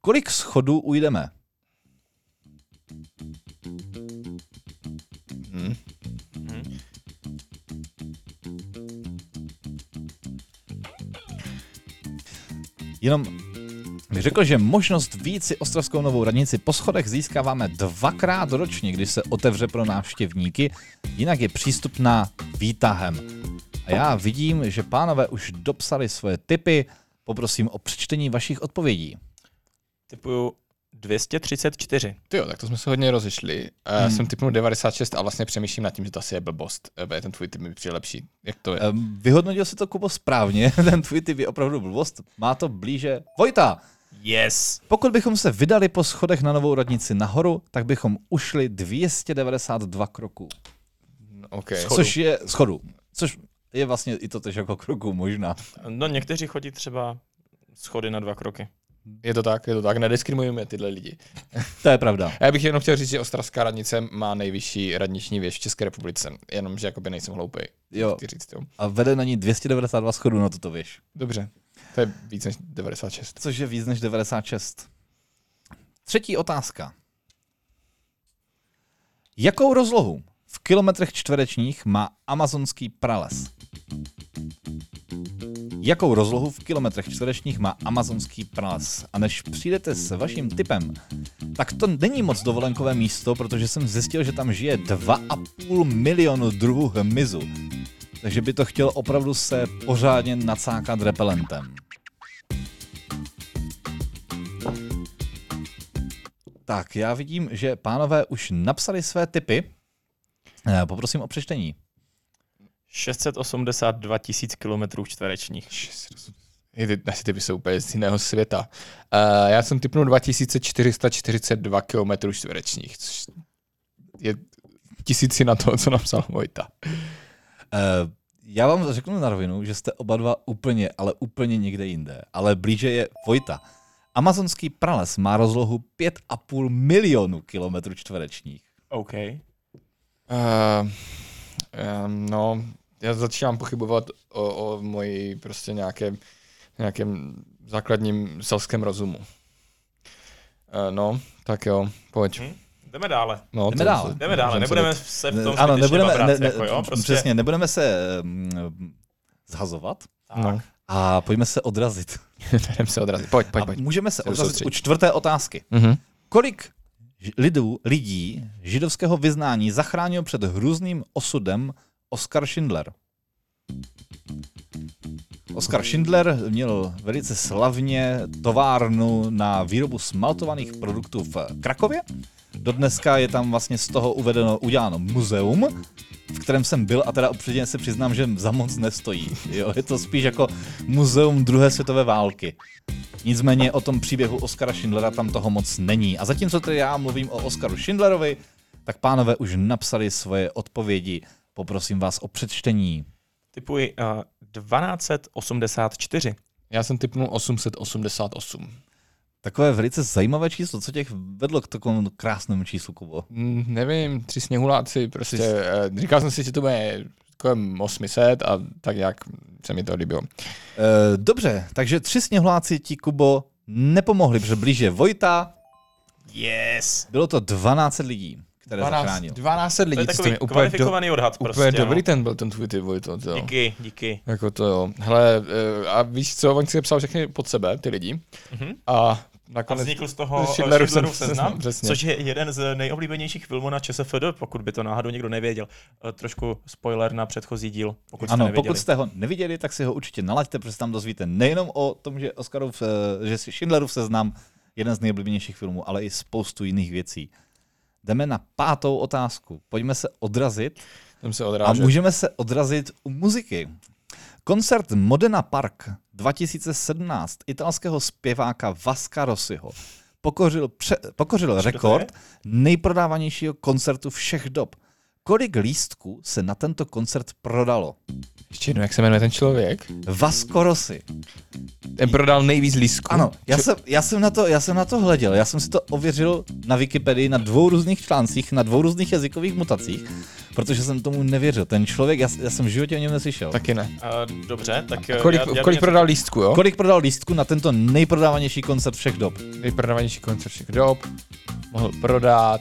A: kolik schodů ujdeme?
C: Hm.
A: Jenom bych řekl, že možnost výjít si Ostravskou novou radnici po schodech získáváme dvakrát ročně, když se otevře pro návštěvníky, jinak je přístupná výtahem. A já vidím, že pánové už dopsali svoje tipy, poprosím o přečtení vašich odpovědí.
B: Typuju 234.
C: Ty jo, tak to jsme se hodně rozešli.
B: Hmm.
C: Já jsem typnul 96 a vlastně přemýšlím nad tím, že to asi je blbost. Eh, protože Ten tvůj typ mi přijde lepší. Jak to je?
A: Ehm, Vyhodnotil si to, Kubo, správně, ten tvůj tip je opravdu blbost, má to blíže. Vojta,
B: Yes.
A: pokud bychom se vydali po schodech na novou radnici nahoru, tak bychom ušli 292 kroků.
B: Eh,
C: OK.
B: Schodu.
A: Což je schodu. Což je vlastně i to tež jako kroku možná.
B: No někteří chodí třeba schody na dva kroky.
C: Je to tak, je to tak, nediskriminujeme tyhle lidi.
A: To je pravda.
C: A já bych jenom chtěl říct, že Ostravská radnice má nejvyšší radniční věž v České republice. Jenomže jakoby nejsem hloupej.
A: Jo.
C: Chci říct, jo.
A: A vede na ní 292 schodů, no to to víš.
C: Dobře. To je víc než 96.
A: Což je víc než 96. Třetí otázka. Jakou rozlohu v kilometrech čtverečních má amazonský prales? Jakou rozlohu v kilometrech čtverečních má amazonský prales? A než přijdete s vaším typem, tak to není moc dovolenkové místo, protože jsem zjistil, že tam žije 2,5 milionu druhů hmyzu. Takže by to chtělo opravdu se pořádně nacákat repelentem. Tak, já vidím, že pánové už napsali své typy. Eh, Poprosím o přečtení.
B: 682 tisíc kilometrů čtverečních.
C: I ty, naše typy jsou úplně z jiného světa. Uh, já jsem typnul 2442 km čtverečních, což je tisíci na to, co napsal Vojta.
A: Eh, Já vám řeknu na rovinu, že jste oba dva úplně, ale úplně někde jinde. Ale blíže je Vojta. Amazonský prales má rozlohu 5,5 milionu kilometrů čtverečních.
B: OK.
C: Uh, um, no, já začínám pochybovat o, o moji prostě nějaké, nějakém základním selském rozumu. Eh, No, tak jo, pojď.
B: Jdeme dále.
C: No,
A: Jdeme
C: to-
A: dál.
B: Jdeme dále,
C: jsem
B: nebudeme
C: se
B: se v tom
A: ano, nebudeme,
B: babrat,
A: ne, ne,
B: jako, jo? Prostě,
A: přesně, nebudeme se um, zhazovat
B: Tak.
C: No.
A: a pojďme se odrazit.
C: do- Jdem se odrazit. Pojď, pojď,
A: A
C: pojď.
A: můžeme se
C: Se
A: odrazit
C: soustředit.
A: u čtvrté otázky.
C: Mhm.
A: Kolik ž- lidů, lidí židovského vyznání zachránil před hrůzným osudem Oskar Schindler? Oskar Schindler měl velice slavně továrnu na výrobu smaltovaných produktů v Krakově. Dodneska je tam vlastně z toho uvedeno, uděláno muzeum, v kterém jsem byl a teda upřímně se přiznám, že za moc nestojí. Jo, je to spíš jako muzeum druhé světové války. Nicméně o tom příběhu Oskara Schindlera tam toho moc není. A zatímco tedy já mluvím o Oskaru Schindlerovi, tak pánové už napsali svoje odpovědi. Poprosím vás o přečtení.
B: Typuji uh, 1284.
C: Já jsem typnul 888.
A: Takové velice zajímavé číslo, co těch vedlo k takovému krásnému číslu, Kubo.
C: Mm, nevím, tři sněhuláci, prostě eh, říkal jsem si, že to bude kolem 800 a tak nějak se mi to líbilo.
A: E, dobře, takže tři sněhláci ti, Kubo, nepomohli, protože blíže Vojta
B: Yes!
A: bylo to 12 lidí, které 12, zachránil.
C: 12
B: To
C: lidí,
B: je
C: co to
B: takový
C: je úplně, do,
B: kvalifikovaný odhad
C: úplně
B: prostě. no.
C: dobrý ten byl ten tvůj ty, Vojto. to jo.
B: Díky, díky.
C: Jako to jo. Hele, eh, a víš co, on si je psal všechny pod sebe, ty lidi.
B: Mhm.
C: A
B: A
C: nakonec...
B: vznikl z toho eh,
C: Schindlerův
B: Schindlerův
C: seznam,
B: seznam,
C: přesně.
B: což je jeden z nejoblíbenějších filmů na ČSFD, pokud by to náhodou někdo nevěděl. Eh, Trošku spoiler na předchozí díl, pokud jste
A: Ano,
B: nevěděli.
A: pokud jste ho neviděli, tak si ho určitě nalaďte, protože se tam dozvíte nejenom o tom, že Oscarův, eh, že si Schindlerův seznam jeden z nejoblíbenějších filmů, ale i spoustu jiných věcí. Jdeme na pátou otázku. Pojďme se odrazit
C: Tam se
A: a
C: odrážel.
A: můžeme se odrazit u muziky. Koncert Modena Park 2017 italského zpěváka Vaska Rossiho pokořil, pře- pokořil
B: to
A: rekord nejprodávanějšího koncertu všech dob. Kolik lístků se na tento koncert prodalo?
C: Ještě jednou, jak se jmenuje ten člověk?
A: Vasco Rossi.
C: Ten prodal nejvíc lístků.
A: Ano, já jsem, já, jsem na to, já jsem na to hleděl, já jsem si to ověřil na Wikipedii na dvou různých článcích, na dvou různých jazykových mutacích, protože jsem tomu nevěřil. Ten člověk, já, já jsem v životě o něm neslyšel. Tak.
C: Taky ne.
B: Eh, dobře, tak eh,
C: Kolik,
B: já, já
C: kolik
B: něco-
C: prodal lístků, jo?
A: Kolik prodal lístku na tento nejprodávanější koncert všech dob?
C: nejprodávanější koncert všech dob, mohl prodat.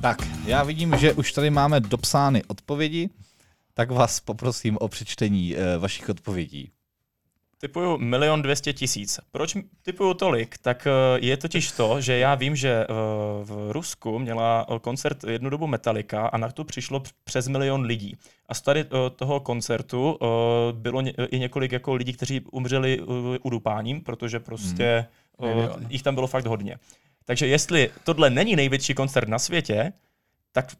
A: Tak, já vidím, že už tady máme dopsány odpovědi, tak vás poprosím o přečtení eh, vašich odpovědí.
B: Typuju milion dvěstě tisíc. Proč m- typuju tolik? Tak eh, je totiž to, že já vím, že eh, v Rusku měla eh, koncert jednu dobu Metallica a na to přišlo p- přes milion lidí. A z tady eh, toho koncertu eh, bylo ně- i několik jako lidí, kteří umřeli eh, udupáním, protože prostě eh,
C: Milion.
B: jich tam bylo fakt hodně. Takže jestli tohle není největší koncert na světě, tak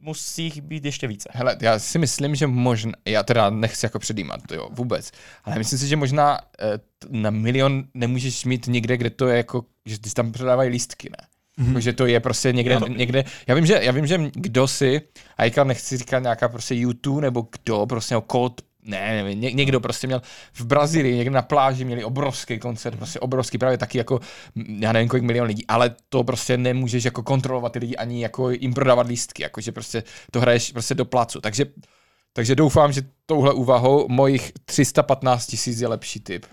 B: musí jich být ještě více.
C: Hele, já si myslím, že možná, já teda nechci jako předjímat, to jo, vůbec, ale myslím si, že možná eh, t- na milion nemůžeš mít někde, kde to je jako, že ty tam prodávají lístky, ne? Mm-hmm. Že to je prostě někde,
B: Já to-
C: někde, já vím, že, já vím, že m- kdo si, a jaka nechci říkat nějaká prostě YouTube nebo kdo, prostě o Cold, ne, nevím, ně, někdo prostě měl v Brazílii, někde na pláži měli obrovský koncert, prostě obrovský, právě taky jako, m, já nevím kolik milion lidí, ale to prostě nemůžeš jako kontrolovat ty lidi ani jako jim prodávat lístky, jakože prostě to hraješ prostě do placu, takže, takže doufám, že touhle úvahou mojich 315 tisíc je lepší typ.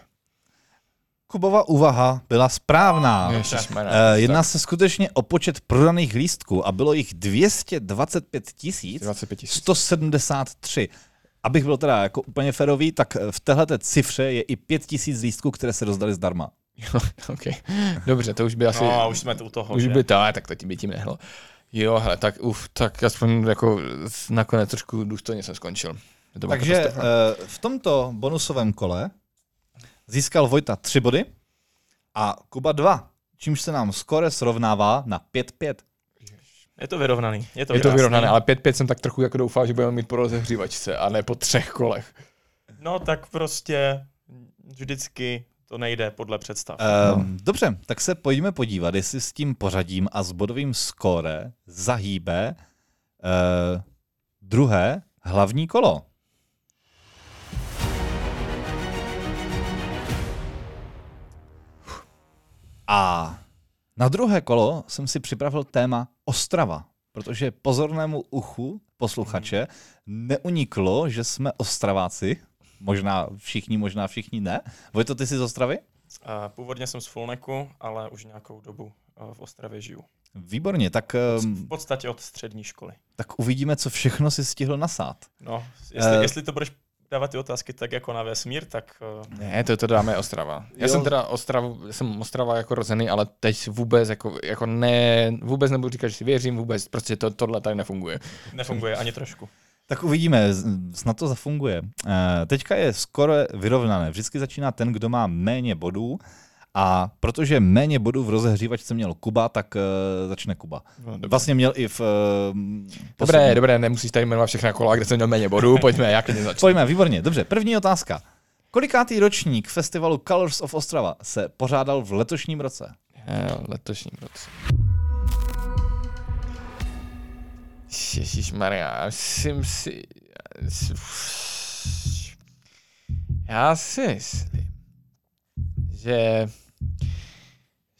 A: Kubova úvaha byla správná.
C: Ježišmarja,
A: Eh,
C: tak.
A: jedná se skutečně o počet prodaných lístků a bylo jich 225 tisíc
C: 25 tisíc.
A: 173. Abych byl teda jako úplně ferový, tak eh, v téhle té cifře je i 5000 lístků, které se rozdali zdarma.
C: Okay. Dobře, to už by asi...
B: No a už jsme tu u toho,
C: Už
B: že?
C: by to, ale tak to ti by tím nehlo. Jo, hele, tak uf, tak aspoň jako s- nakonec trošku důstojně jsem skončil. To prostě- byla
A: Takže
C: katastrofa.
A: eh, v tomto bonusovém kole získal Vojta 3 body a Kuba 2, čímž se nám skore srovnává na 5-5.
B: Je to vyrovnaný. Je to,
C: je to
B: krásný.
C: vyrovnané, ale 5-5 jsem tak trochu jako doufal, že budeme mít po rozehřívačce a ne po třech kolech.
B: No tak prostě vždycky to nejde podle představ.
A: Eh, Dobře, tak se pojďme podívat, jestli s tím pořadím a s bodovým skóre zahýbe eh, druhé hlavní kolo. A na druhé kolo jsem si připravil téma Ostrava, protože pozornému uchu posluchače neuniklo, že jsme Ostraváci. Možná všichni, možná všichni ne. Vojto, ty jsi z Ostravy?
B: Eh, Původně jsem z Fulneku, ale už nějakou dobu eh, v Ostravě žiju.
A: Výborně, tak,
B: V
A: ehm,
B: podstatě od střední školy.
A: tak uvidíme, co všechno si stihl nasát.
B: No, jestli,
A: Eh.
B: jestli to budeš dávat ty otázky tak jako na vesmír, tak eh,
C: Ne, to, to dáme Ostrava. Já
A: Jo.
C: jsem teda Ostravu, jsem Ostrava jako rozený, ale teď vůbec jako, jako ne, vůbec nebudu říkat, že si věřím, vůbec, prostě to, tohle tady nefunguje.
B: nefunguje ani trošku.
A: Tak uvidíme, z- snad to zafunguje. Eh, Teďka je skoro vyrovnané. Vždycky začíná ten, kdo má méně bodů. A protože méně bodů v rozehřívačce měl Kuba, tak eh, začne Kuba. Vlastně měl i v... Uh,
C: Dobré, dobré, nemusíš tady jmenovat všechna kola, kde jsem měl méně bodů, pojďme, jak mě začít.
A: Pojďme, výborně. Dobře, první otázka. Kolikátý ročník festivalu Colors of Ostrava se pořádal v letošním roce?
C: Eh, Letošním roce. Ježíš Maria, myslím si... já si- Já si myslím, že,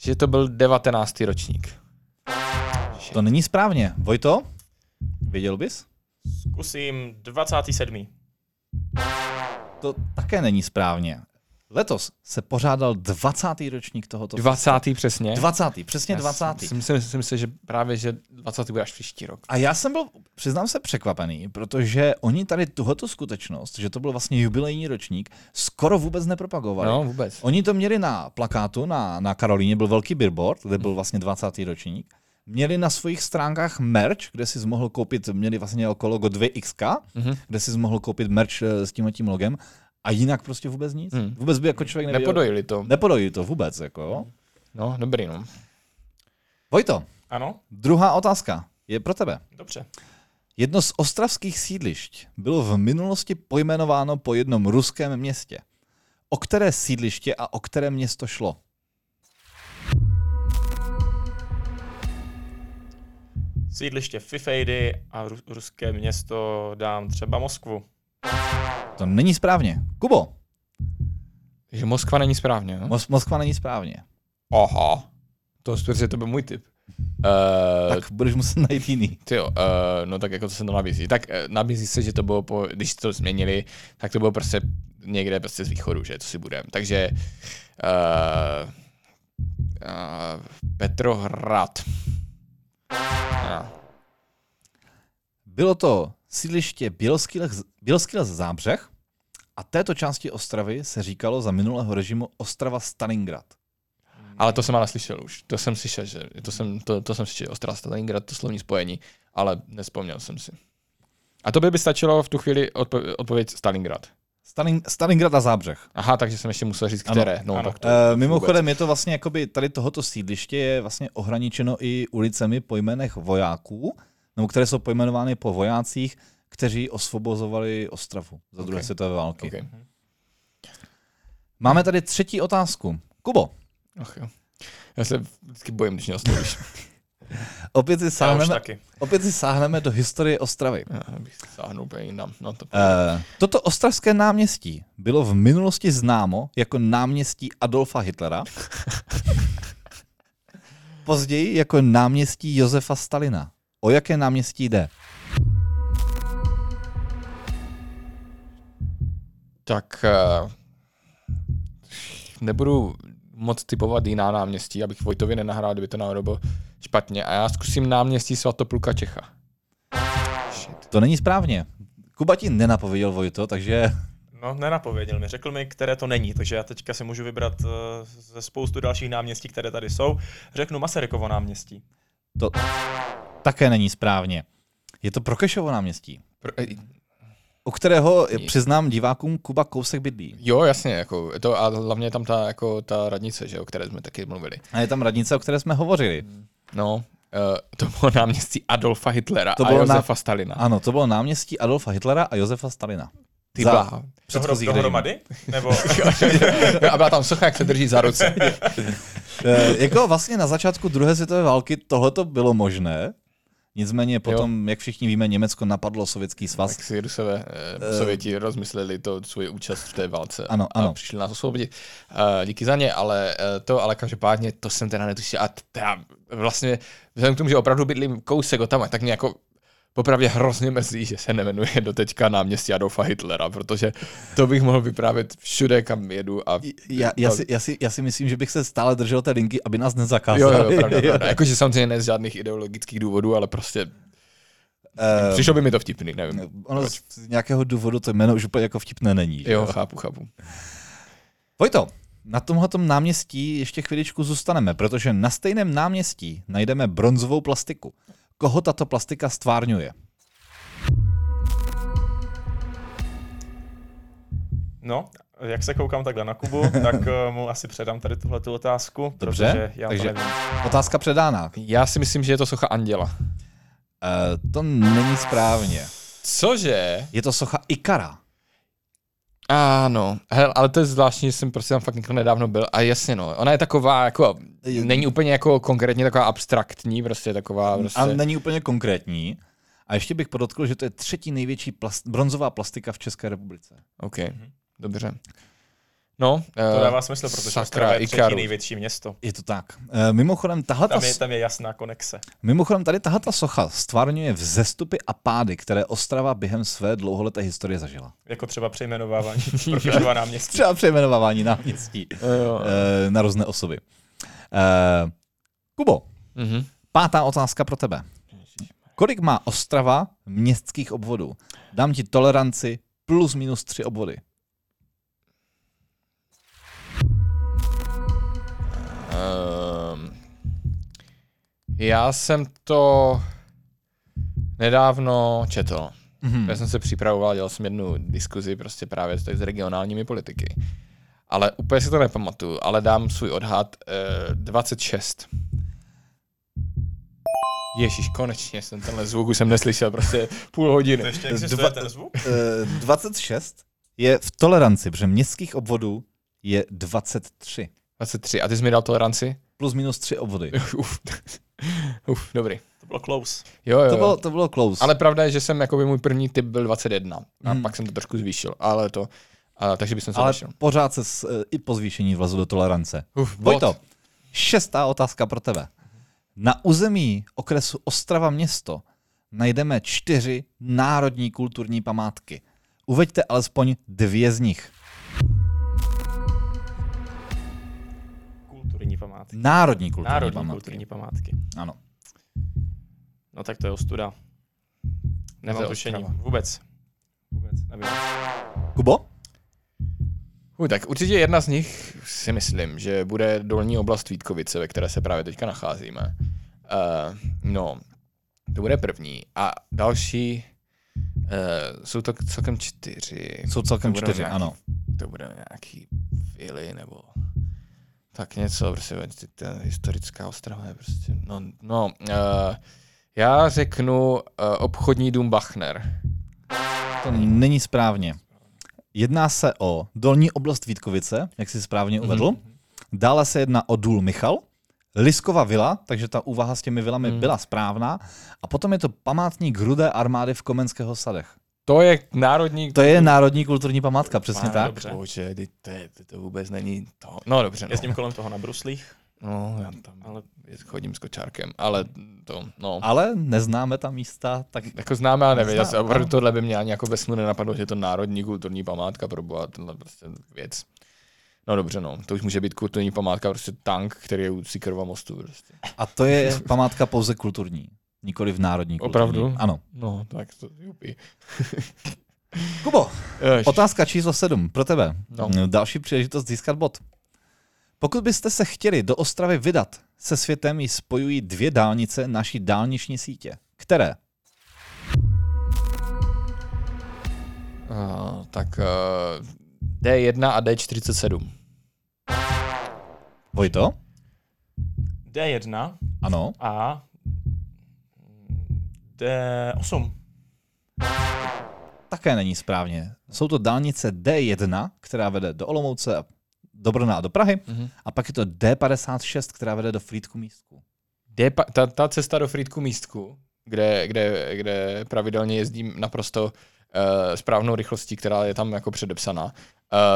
C: že to byl 19. ročník.
A: To není správně. Vojto, věděl bys?
B: Zkusím 27.
A: To také není správně. Letos se pořádal 20. ročník tohoto.
C: 20. přesně.
A: 20. Přesně 20.
C: Jsem, jsem, jsem si, že právě, že 20. bude až příští rok.
A: A já jsem byl, přiznám se, překvapený, protože oni tady tuhletu skutečnost, že to byl vlastně jubilejní ročník, skoro vůbec nepropagovali.
C: No, vůbec.
A: Oni to měli na plakátu, na, na Karolíně byl velký billboard, kde
C: Mhm.
A: byl vlastně 20. ročník. Měli na svých stránkách merch, kde si mohl koupit, měli vlastně jako logo 2XK,
C: Mhm.
A: mm-hmm. kde si mohl koupit merch eh, s tímhletím logem a jinak prostě vůbec nic. Mm.
C: Mm.
A: Vůbec by jako člověk nevěděl.
C: Nepodojili to.
A: Nepodojí to vůbec, jako. jo.
C: No, dobrý, no.
A: Vojto,
B: Ano?
A: druhá otázka je pro tebe.
B: Dobře.
A: Jedno z ostravských sídlišť bylo v minulosti pojmenováno po jednom ruském městě. O které sídliště a o které město šlo?
B: Sídliště Fifejdy a ru- ruské město dám třeba Moskvu.
A: To není správně. Kubo,
C: Takže Moskva není správně, no?
A: Mos- Moskva není správně.
C: Aha. To, prostě to byl můj tip. Uh,
A: Tak budeš muset najít jiný.
C: Ty jo, uh, no tak jako to se to nabízí. Tak uh, nabízí se, že to bylo, po, když to změnili, tak to bylo prostě někde prostě z východu, že to si budem. Takže uh, uh, Petrohrad. Uh,
A: Bylo to sídliště Bělský les, Bělský les Zábřeh a této části Ostravy se říkalo za minulého režimu Ostrava Stalingrad.
C: ale to jsem ale slyšel už. To jsem slyšel, že to jsem, to, to jsem slyšel, Ostrá Stalingrad, to slovní spojení, ale nespomněl jsem si. A to by by stačilo v tu chvíli odpo- odpověď Stalingrad.
A: Stalin, Stalingrad a Zábřeh.
C: Aha, takže jsem ještě musel říct,
A: Ano,
C: které. no,
B: ano. Eh,
C: Tak to,
A: E,
C: to vůbec.
A: mimochodem je to vlastně jakoby tady tohoto sídliště je vlastně ohraničeno i ulicemi po jménech vojáků, nebo které jsou pojmenovány po vojácích, kteří osvobozovali Ostravu za druhé
C: Ok.
A: světové války.
C: Okay.
A: Máme tady třetí otázku. Kubo,
C: Ach jo. Já se vždycky bojím, když mě oslovíš.
A: opět si
B: Já už
A: sáhneme,
B: taky.
A: opět si sáhneme do historie Ostravy.
C: Já bych si sáhnul úplně jinam. No to
A: Eh, Toto ostravské náměstí bylo v minulosti známo jako náměstí Adolfa Hitlera, později jako náměstí Josefa Stalina. O jaké náměstí jde?
C: tak eh, nebudu moc typovat jiná náměstí, abych Vojtovi nenahrál, kdyby to náhodou bylo špatně. A já zkusím náměstí Svatopluka Čecha. Shit.
A: To není správně. Kuba ti nenapověděl Vojto, takže
B: No, nenapověděl mi. Řekl mi, které to není, takže já teďka si můžu vybrat eh, ze spoustu dalších náměstí, které tady jsou. Řeknu Masarykovo náměstí.
A: to také není správně. Je to Prokešovo náměstí,
C: Pro, eh,
A: u kterého, přiznám divákům, Kuba kousek bydlí.
C: jo, jasně, jako to, a hlavně tam ta, jako ta radnice, že, o které jsme taky mluvili.
A: A je tam radnice, o které jsme hovořili.
C: No, eh, to bylo náměstí Adolfa Hitlera
A: To
C: to a
A: bylo na-
C: Josefa Stalina.
A: Ano, to bylo náměstí Adolfa Hitlera a Josefa Stalina.
C: Ty
A: Za
C: bláho.
B: Dohro-
A: předchozích režimů.
B: Dohromady? Nebo
C: a byla tam socha, jak se drží za ruce.
A: Eh, jako vlastně na začátku druhé světové války tohleto bylo možné, nicméně potom, jo. jak všichni víme, Německo napadlo sovětský svaz.
C: Tak si Rusové, eh, Sověti rozmysleli to svoji účast v té válce.
A: Ano,
C: A
A: ano.
C: přišli nás osvobodit. Eh, díky za ně, ale eh, to, ale každopádně, to jsem teda netušil. A t- teda vlastně, vzhledem k tomu, že opravdu bydlím kousek od tam, tak mě jako popravdě hrozně mrzí, že se nemenuje doteďka náměstí Adolfa Hitlera, protože to bych mohl vyprávět všude, kam jedu. A
A: Já, já, si, já, si, já si myslím, že bych se stále držel té linky, aby nás nezakázali.
C: No. Jo, jo, jo, pravda, pravda. Jakože samozřejmě ne z žádných ideologických důvodů, ale prostě
A: Eh,
C: přišlo by mi to vtipný, nevím.
A: Ono z z nějakého důvodu to jméno už úplně jako vtipné není. že?
C: Jo, chápu, chápu.
A: Vojto, na tomhletom náměstí ještě chviličku zůstaneme, protože na stejném náměstí najdeme bronzovou plastiku. Koho tato plastika stvárňuje?
B: No, jak se koukám takhle na Kubu, tak eh, mu asi předám tady tuhle tu otázku,
A: Dobře,
B: protože já
A: takže-
B: to nevím.
A: Otázka předána. Eh,
C: Já si myslím, že je to socha Anděla.
A: E, to není správně.
C: Cože?
A: Je to socha Ikara.
C: Ano, Hele, ale to je zvláštní, že jsem prostě tam fakt někdo nedávno byl. A jasně, no, ona je taková, jako, není úplně jako konkrétně taková abstraktní, prostě taková, prostě.
A: A není úplně konkrétní. A ještě bych podotkl, že to je třetí největší plast- bronzová plastika v České republice.
C: OK, dobře. No,
B: To dává smysl, protože Ostrava je třetí
C: Ikaru.
B: největší město.
A: Je to tak. E, mimochodem, tahle ta
B: Tam je, tam je jasná konexe.
A: Mimochodem, tady tahle ta socha stvárňuje vzestupy a pády, které Ostrava během své dlouholeté historie zažila.
B: Jako třeba přejmenovávání pro každá náměstí.
A: Třeba přejmenovávání náměstí
C: Jo, jo.
A: eh, na různé osoby. Eh, Kubo,
C: Mhm.
A: pátá otázka pro tebe. Kolik má Ostrava městských obvodů? Dám ti toleranci plus minus tři obvody.
C: Ehm, já jsem to nedávno četl.
A: Mhm.
C: Já jsem se připravoval, dělal jsem jednu diskuzi prostě právě s- tak s regionálními politiky. Ale úplně si to nepamatuju, ale dám svůj odhad eh, 26. Ježíš, konečně jsem tenhle zvuk už jsem neslyšel prostě půl hodiny.
B: To ještě existuje
A: Dva-
B: ten zvuk?
A: Eh, 26 je v toleranci, protože městských obvodů je 23.
C: 23. A ty jsi mi dal toleranci?
A: Plus minus tři obvody.
C: Uf, uf dobrý.
B: To bylo close.
C: Jo, jo,
A: To
C: jo.
A: bylo, to bylo close.
C: Ale pravda je, že jsem, jakoby můj první typ byl 21. A
A: Hmm.
C: pak jsem to trošku zvýšil, ale to, a, takže bych se
A: Ale
C: našel.
A: pořád se s, eh, i po zvýšení vlezu do tolerance.
C: Uf, bod.
A: Vojto, šestá otázka pro tebe. Na území okresu Ostrava město najdeme čtyři národní kulturní památky. Uveďte alespoň dvě z nich.
B: Kulturní památky.
A: Národní kulturní
B: Národní
A: památky.
B: kulturní památky.
A: Ano.
B: No tak to je ostuda. Nemám
C: Za
B: tušení.
C: Ostrava.
B: Vůbec. Vůbec, nevím.
A: Kubo?
C: Uj, tak určitě jedna z nich si myslím, že bude dolní oblast Vítkovice, ve které se právě teďka nacházíme. Uh, no, to bude první. A další uh, jsou to celkem čtyři.
A: Jsou celkem
C: To budou
A: čtyři,
C: nějaký-
A: ano.
C: To bude nějaký vily nebo tak něco, prostě ty- ta historická ostrava je prostě, no, no uh, já řeknu uh, obchodní dům Bachner.
A: To není správně. Jedná se o dolní oblast Vítkovice, jak si správně uvedl. Dále se jedná o důl Michal, Liskova vila, takže ta úvaha s těmi vilami byla správná. A potom je to památník rudé armády v Komenského sadech.
C: To je národní...
A: To je národní kulturní památka, přesně
B: Ano,
A: tak.
B: dobře.
C: Bože, ty- to, je- to, to vůbec není to. No dobře, no.
B: Jezdím kolem toho na bruslích,
C: no já tam
B: ale
C: chodím s kočárkem, ale to, no. A
A: Ale neznáme ta místa, tak
C: jako známe, ale nevím,
A: Zná-
C: já se opravdu
A: ano.
C: tohle by mě ani jako ve snu nenapadlo, že je to národní kulturní památka pro boha, tenhle prostě věc. No dobře, no, to už může být kulturní památka, prostě tank, který je u Sikerova mostu. Prostě.
A: a to je památka pouze kulturní, nikoli v národní kulturní.
C: Opravdu?
A: Ano.
C: No, tak to jupí.
A: Kubo,
C: Jež.
A: Otázka číslo 7 pro tebe. No.
C: No.
A: Další příležitost získat bod. Pokud byste se chtěli do Ostravy vydat, se světem ji spojují dvě dálnice naší dálniční sítě. Které?
C: A, tak uh, D1 a D47.
A: Vojto?
B: D1
A: Ano.
B: a D8.
A: Také není správně. Jsou to dálnice D1, která vede do Olomouce, a do Brna a do Prahy.
C: Mhm.
A: A pak je to D56, která vede do Frýdku místku.
C: D, pa- ta, ta cesta do Frýdku místku, kde, kde, kde pravidelně jezdím naprosto uh, správnou rychlostí, která je tam jako předepsaná, uh,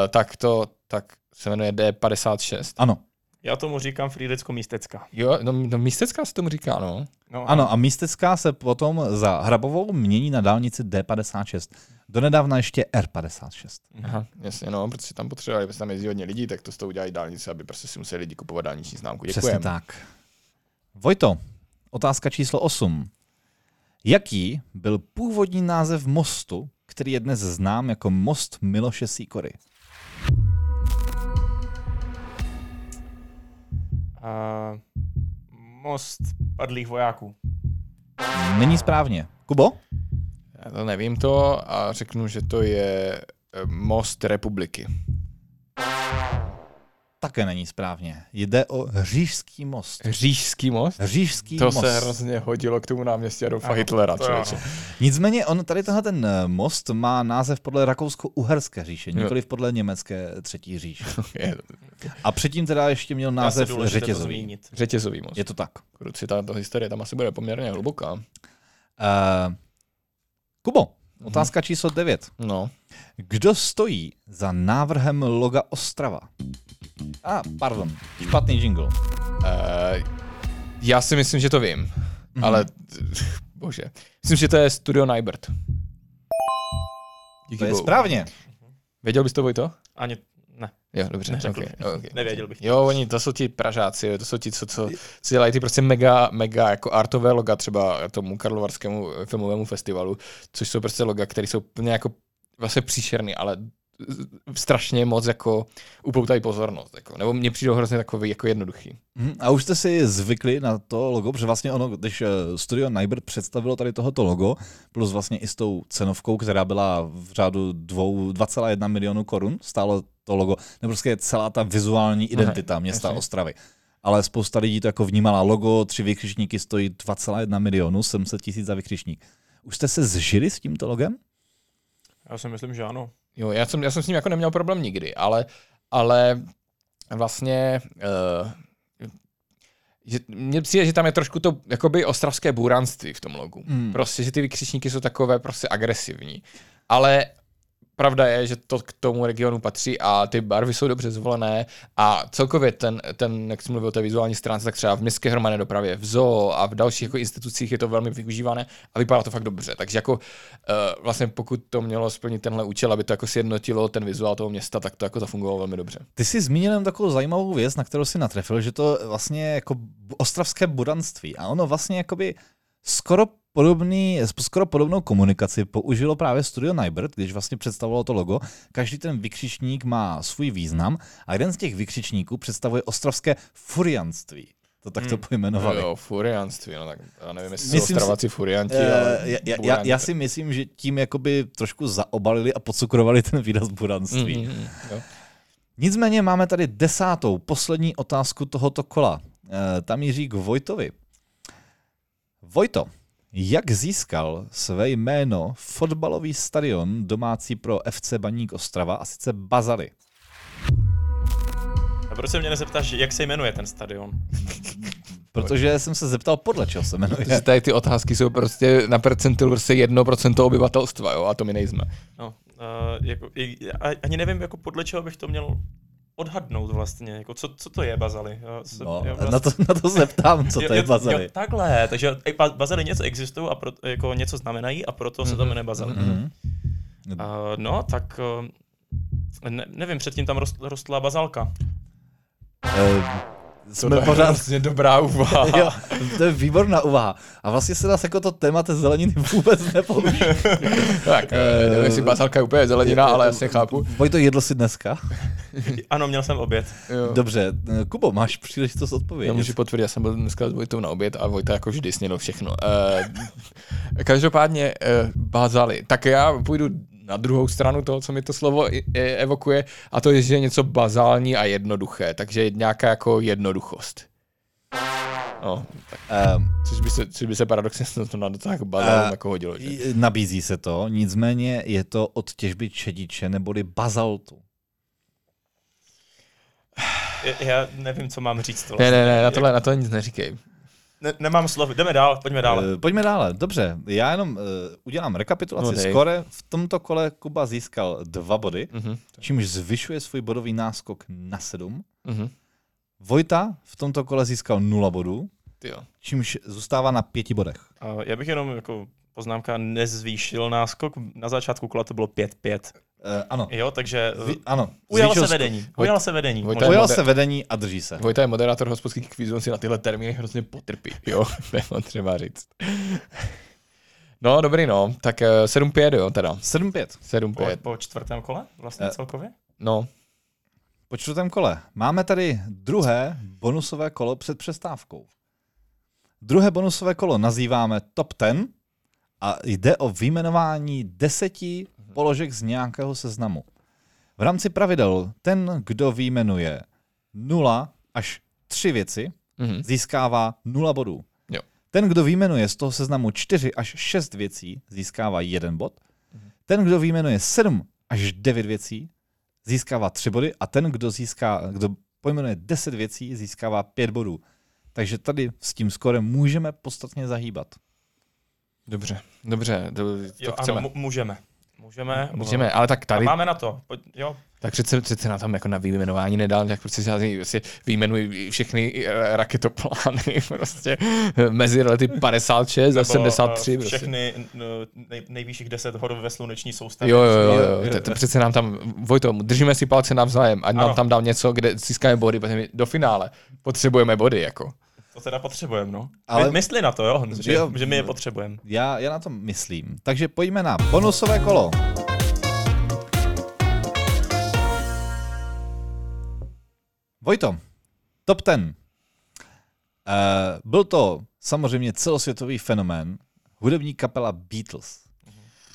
C: tak to tak se jmenuje D56.
A: Ano.
B: Já tomu říkám Frýdecko místecka.
C: Jo, no, no místecká se tomu říká, no.
B: No,
A: Ano, a místecká se potom za Hrabovou mění na dálnici D56. Donedávna ještě R56.
C: Aha, jasně, no, protože tam potřebovali, protože tam jezdí hodně lidí, tak to s tou udělají dálnice, aby prostě si museli lidi kupovat dálniční známku.
A: Přesně
C: Děkujeme.
A: tak. Vojto, otázka číslo 8. Jaký byl původní název mostu, který je dnes znám jako most Miloše Sýkory?
B: A most padlých vojáků.
A: Není správně. Kubo?
C: Já to nevím to a řeknu, že to je eh, most republiky.
A: Také není správně. Jde o Řížský most.
C: Říšský most?
A: Řížský
C: To
A: most.
C: se hrozně hodilo k tomu náměstí Adolfa
B: Ano,
C: Hitlera,
B: to jo,
C: člověče.
B: ano.
A: Nicméně on tady tenhle ten eh, most má název podle Rakousko-Uherské říše,
C: Jo.
A: nikoliv podle Německé třetí říše.
C: Je
A: A předtím teda ještě měl
B: Dá se
A: název
B: důležité to
A: řetězový.
B: zmínit.
C: Řetězový most.
A: Je to tak.
C: Kruci, ta, ta historie tam asi bude poměrně hluboká.
A: Uh, Kubo, otázka číslo 9.
C: No.
A: Kdo stojí za návrhem loga Ostrava? A, ah, pardon, špatný jingle.
C: Uh, já si myslím, že to vím, mm-hmm. ale bože. Myslím, že to je Studio Nybert. Díky
A: To je
C: bohu.
A: správně.
C: Věděl bys to, Vojto?
B: Ani ne.
C: Jo, dobře.
B: Neřekl
C: Okay,
B: bych.
C: okay.
B: Nevěděl bych.
C: Jo, oni, to jsou ti pražáci, jo, to jsou ti, co, co, co dělají ty prostě mega, mega jako artové loga třeba tomu Karlovarskému eh, filmovému festivalu, což jsou prostě loga, které jsou plně jako vlastně příšerný, ale eh, strašně moc jako upoutají pozornost, jako, nebo mně přijdou hrozně takový jako jednoduchý.
A: Mhm, A už jste si zvykli na to logo, protože vlastně ono, když eh, studio Nybert představilo tady tohoto logo, plus vlastně i s tou cenovkou, která byla v řádu dvou- 2,1 milionu korun, stálo to logo, nebo prostě celá ta vizuální identita města
C: jasně.
A: Ostravy. Ale spousta lidí to jako vnímala. Logo, tři vykřičníky stojí 2,1 milionu, 700 tisíc za vykřičník. Už jste se zžili s tímto logem?
B: Já si myslím, že ano.
C: Jo, já jsem, já jsem s ním jako neměl problém nikdy, ale, ale vlastně uh, že, mně přijde, že tam je trošku to jakoby ostravské bůranství v tom logu.
A: Mm.
C: Prostě, že ty vykřičníky jsou takové prostě agresivní. Ale pravda je, že to k tomu regionu patří a ty barvy jsou dobře zvolené a celkově ten, ten jak jsem mluvil o té vizuální stránce, tak třeba v městské hromadné dopravě, v zoo a v dalších jako institucích je to velmi využívané a vypadá to fakt dobře. Takže jako eh, vlastně pokud to mělo splnit tenhle účel, aby to jako sjednotilo ten vizuál toho města, tak to jako zafungovalo velmi dobře.
A: Ty jsi zmínil jen takovou zajímavou věc, na kterou si natrefil, že to vlastně jako bu- ostravské budanství a ono vlastně jakoby skoro podobný, sp- skoro podobnou komunikaci použilo právě Studio Nybert, když vlastně představovalo to logo. Každý ten vykřičník má svůj význam a jeden z těch vykřičníků představuje ostravské furianství. To takto
B: Hmm.
A: pojmenovali.
C: Jo, furianství, no tak já nevím, jestli
A: No Myslím
C: jsou ostravaci furianti, ale
A: Eh, já, já,
C: buranti.
A: já si myslím, že tím jakoby trošku zaobalili a pocukrovali ten výraz budanství.
C: Mhm, mhm, jo.
A: Nicméně máme tady desátou, poslední otázku tohoto kola. E, tam míří k Vojtovi. Vojto, jak získal své jméno fotbalový stadion domácí pro FC Baník Ostrava, a sice Bazary?
B: A proč se mě nezeptáš, jak se jmenuje ten stadion?
A: Protože jsem se zeptal, podle čeho se
C: Že
A: jmenuje.
C: tady ty otázky jsou prostě na percentil prostě 1% obyvatelstva, jo, a to my nejsme.
B: No, uh, jako, i- a- ani nevím, jako podle čeho bych to měl odhadnout vlastně, jako co, co to je Bazali? Já se-
A: No,
B: já vlastně-
A: na, to, na to se ptám, co
B: Jo,
A: to je
B: jo,
A: Bazary.
B: Jo, takhle, takže e, ba- bazary něco existují a proto, jako něco znamenají a proto se to jmenuje bazary.
A: Mhm.
B: A, no, tak eh, ne, nevím, předtím tam rost, rostla bazalka.
A: E, Jsme pořád
C: vlastně dobrá úvaha.
A: Jo, to je výborná uvaha. A vlastně se nás jako to téma té zeleniny vůbec nepoužívá.
C: tak, eh, nevím, jestli bazalka je úplně zelenina, ale jasně chápu.
A: Vojto, jedl si dneska?
B: Ano, měl jsem oběd.
C: Jo.
A: Dobře, eh, Kubo, máš příležitost
C: Já
A: odpovědět.
C: můžu potvrdit, já jsem byl dneska s Vojtou na oběd a Vojta jako vždy snědl všechno. Eh, každopádně eh, bazali. Tak já půjdu na druhou stranu toho, co mi to slovo i- e- evokuje, a to je, že je něco bazální a jednoduché, takže nějaká jako jednoduchost. No, tak,
A: Ehm,
C: což, by se, což by se paradoxně snad na docela jako bazálům jako hodilo. Že?
A: i- Nabízí se to, nicméně je to od těžby čediče neboli bazaltu.
B: Je- Já nevím, co mám říct. To
C: Ne,
B: vlastně.
C: ne, ne, na tohle, na tohle nic neříkej.
B: ne, nemám slov. Jdeme dál, pojďme dál.
A: Eh, Pojďme dále, dobře. Já jenom eh, udělám rekapitulaci.
C: No dej.
A: Skore v tomto kole Kuba získal dva body,
C: Mhm,
A: čímž zvyšuje svůj bodový náskok na sedm.
C: mhm.
A: Vojta v tomto kole získal nula bodů,
C: Tyjo.
A: čímž zůstává na pěti bodech.
B: A já bych jenom jako poznámka nezvýšil náskok. Na začátku kola to bylo 5-5.
A: Eh, ano,
B: Jo, takže eh,
A: Vy, ano.
B: ujal
A: zvýšil
B: se
A: skok.
B: vedení. Ujal se vedení.
C: Vojta-
B: možná.
A: Ujal
C: Moder-
A: se vedení a drží se.
C: Vojta je moderátor hospodských kvízů, on si na tyhle termíny hrozně potrpí, jo, to je třeba říct. No, dobrý, no, tak eh, 7-5, jo, teda.
A: 7-5.
B: Po,
C: 7-5,
B: po čtvrtém kole vlastně
A: Eh.
B: celkově?
C: no,
A: Po čtvrtém kole máme tady druhé bonusové kolo před přestávkou. Druhé bonusové kolo nazýváme Top 10 a jde o vyjmenování deseti položek z nějakého seznamu. V rámci pravidel ten, kdo vyjmenuje 0 až 3 věci,
C: mhm.
A: získává 0 bodů.
C: Jo.
A: Ten, kdo vyjmenuje z toho seznamu 4 až 6 věcí, získává 1 bod.
C: Mhm.
A: Ten, kdo vyjmenuje 7 až 9 věcí, získává 3 body a ten, kdo získá, kdo pojmenuje 10 věcí, získává 5 bodů. Takže tady s tím skorem můžeme podstatně zahýbat.
C: dobře, dobře, to, to
B: Jo, ano,
C: chceme.
B: mu- můžeme. Můžeme.
C: Můžeme, ale tak
B: A
C: tady,
B: máme na to. Pojď, jo,
C: tak přece, přece na tam jako na výjmenování nedal, tak prostě žádný, prostě vyjmenuji všechny eh, raketoplány, prostě eh, mezi lety 56 a
B: Nebo,
C: 73,
B: eh,
C: prostě.
B: Všechny n- nej, nejvyšších 10 hor ve sluneční soustavě.
C: Jo, jo, jo,
A: Jo,
C: jo.
A: jo.
C: To, to přece nám tam, Vojto, držíme si palce navzájem, ať nám
B: Ano.
C: tam dám něco, kde získáme body, protože my do finále potřebujeme body, jako.
B: To teda potřebujeme, no.
A: Ale-
B: Ale... Mysli na to, jo, Honzo, že,
A: Jo.
B: že my je potřebujeme.
A: Já, já na to myslím. Takže pojďme na bonusové kolo. Vojto, top 10. Uh, byl to samozřejmě celosvětový fenomén, hudební kapela Beatles.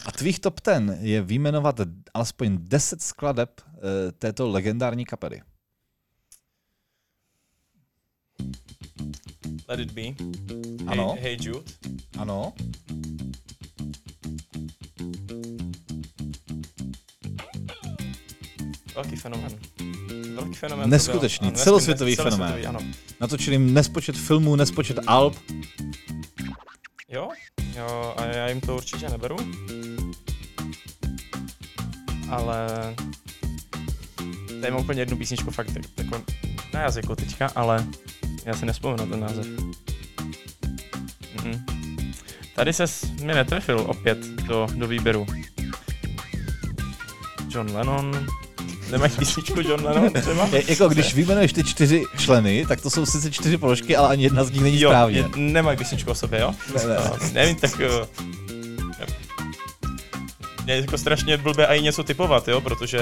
A: A tvých top 10 je výjmenovat alespoň 10 skladeb uh, této legendární kapely.
B: Let it be.
A: Ano.
B: Hey, hey Jude.
A: Ano.
B: Velký fenomén. Velký fenomén. to
A: Neskutečný,
B: byl. Ano,
A: celosvětový
B: neskutečný,
A: fenomén.
B: celosvětový, Ano.
A: Natočili nespočet filmů, nespočet alb.
B: Jo, jo, a já jim to určitě neberu. Ale... Tady mám úplně jednu písničku fakt tak, tako, na jazyku teďka, ale já si nespomenu na ten název. Mhm. Tady se mi netrefil opět do, do výběru. John Lennon. Nemáš písničku John Lennon třeba?
A: Je, jako když vyjmenuješ ty čtyři členy, tak to jsou sice čtyři položky, ale ani jedna z nich není správně.
B: Jo, je- nemají písničku o sobě, jo?
A: Ne, ne.
B: Eh, nevím, tak... eh, Mě je jako strašně blbé a i něco typovat, jo, protože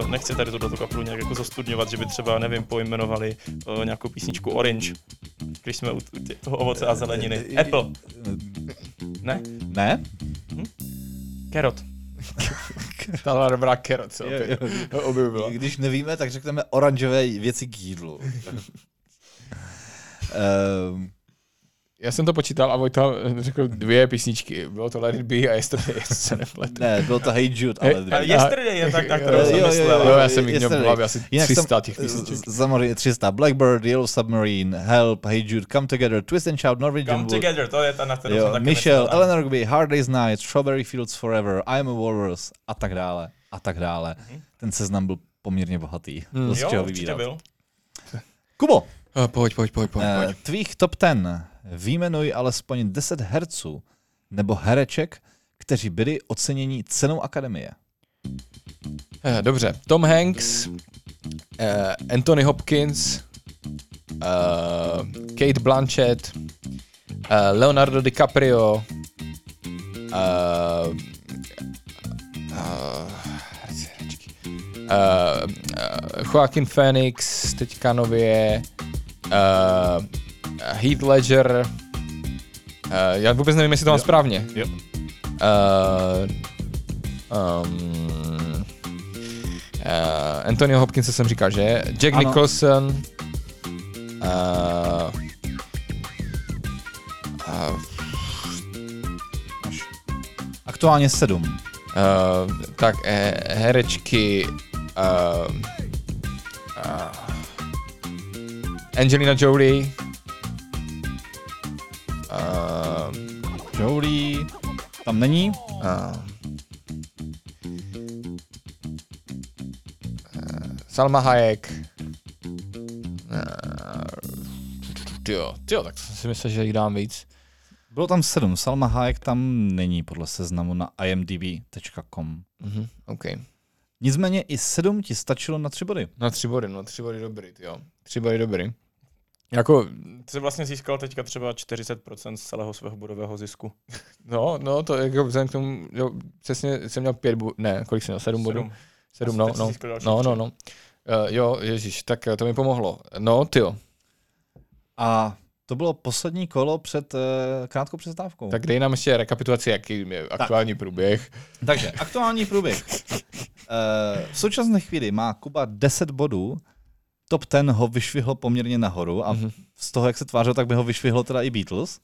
B: uh, nechci tady tuto kapelu nějak jako zostudňovat, že by třeba, nevím, pojmenovali uh, nějakou písničku Orange, když jsme u, u tě- toho ovoce a
A: Eh,
B: zeleniny. Apple, ne?
A: Ne?
B: Carrot.
C: Ta byla dobrá kerot, co?
A: Jo, jo.
C: To objevila.
A: Když nevíme, tak řekneme oranžové věci k jídlu. Ehm,
C: Já jsem to počítal a Vojta eh, řekl dvě písničky. Bylo to Let it be a Yesterday, jestli se nepletu.
A: ne, byl to Hey Jude, ale
B: A
A: dvě.
B: Eh, yesterday je tak, tak, kterou
A: Eh, Jo,
B: jsem
A: jo, jo,
B: myslel.
C: Jo, já jsem jich měl
A: Yesterday.
C: v hlavě asi
A: Jinak jsem-
C: 300 těch písniček.
A: z- Samozřejmě 300. Blackbird, Yellow Submarine, Help, Hey Jude, Come Together, Twist and Shout, Norwegian
B: Come
A: Wood.
B: together, to je ta, na kterou jsem
A: Jo,
B: taky
A: Michelle,
B: myslel.
A: Eleanor Rigby, Hard Day's Night, Strawberry Fields Forever, I'm a Walrus a tak dále a tak dále. Ten seznam byl poměrně bohatý. Hmm. Z
B: Mhm. Jo,
A: čeho
B: určitě
A: vybírat.
B: byl.
A: Kubo,
C: Eh, Pojď, pojď, pojď, pojď.
A: eh,
C: pojď.
A: tvých top ten výjmenuj alespoň 10 herců nebo hereček, kteří byli oceněni cenou akademie.
C: Eh, Dobře, Tom Hanks, eh, Anthony Hopkins, eh, Kate Blanchett, eh, Leonardo DiCaprio, eh, eh, eh, Joaquin Phoenix, teďka nově, eh, Heath Ledger, eh, já vůbec nevím, jestli to mám správně.
A: Jo.
C: Eh, um, uh, Antonio Hopkins jsem říkal, že? Jack
A: Ano.
C: ano. Nicholson. Uh, uh,
A: Aktuálně sedm.
C: uh, tak eh, herečky uh, uh, Angelina Jolie uh,
A: Jolie tam není.
C: uh, eh, Salma Hayek. Uh, ty jo, ty jo, tak to jsem si myslel, že jich dám víc.
A: Bylo tam sedm, Salma Hayek tam není podle seznamu na imdb.com.
C: Mhm, OK.
A: Nicméně i sedm ti stačilo na tři body.
C: Na tři body, no tři body dobrý, ty jo. Tři body dobrý. Jako,
B: Ty jsi vlastně získal teďka třeba 40% z celého svého budového zisku.
C: no, no, to jako vzhledem k tomu, jo, přesně jsem měl pět, bu- ne, kolik jsem měl, sedm bodů.
B: Sedm. Asi
C: Sedm, no,
B: teď jsi
C: no,
B: získal další
C: no,
B: tři.
C: no, no. Uh, jo, ježíš, tak eh, to mi pomohlo. No, ty jo,
A: A to bylo poslední kolo před uh, krátkou přestávkou.
C: tak dej nám ještě rekapitulaci, jaký je aktuální průběh.
A: Takže aktuální průběh. Eh, v současné chvíli má Kuba 10 bodů, top ten ho vyšvihl poměrně nahoru a
C: Mhm.
A: z toho, jak se tvářil, tak by ho vyšvihlo teda i Beatles.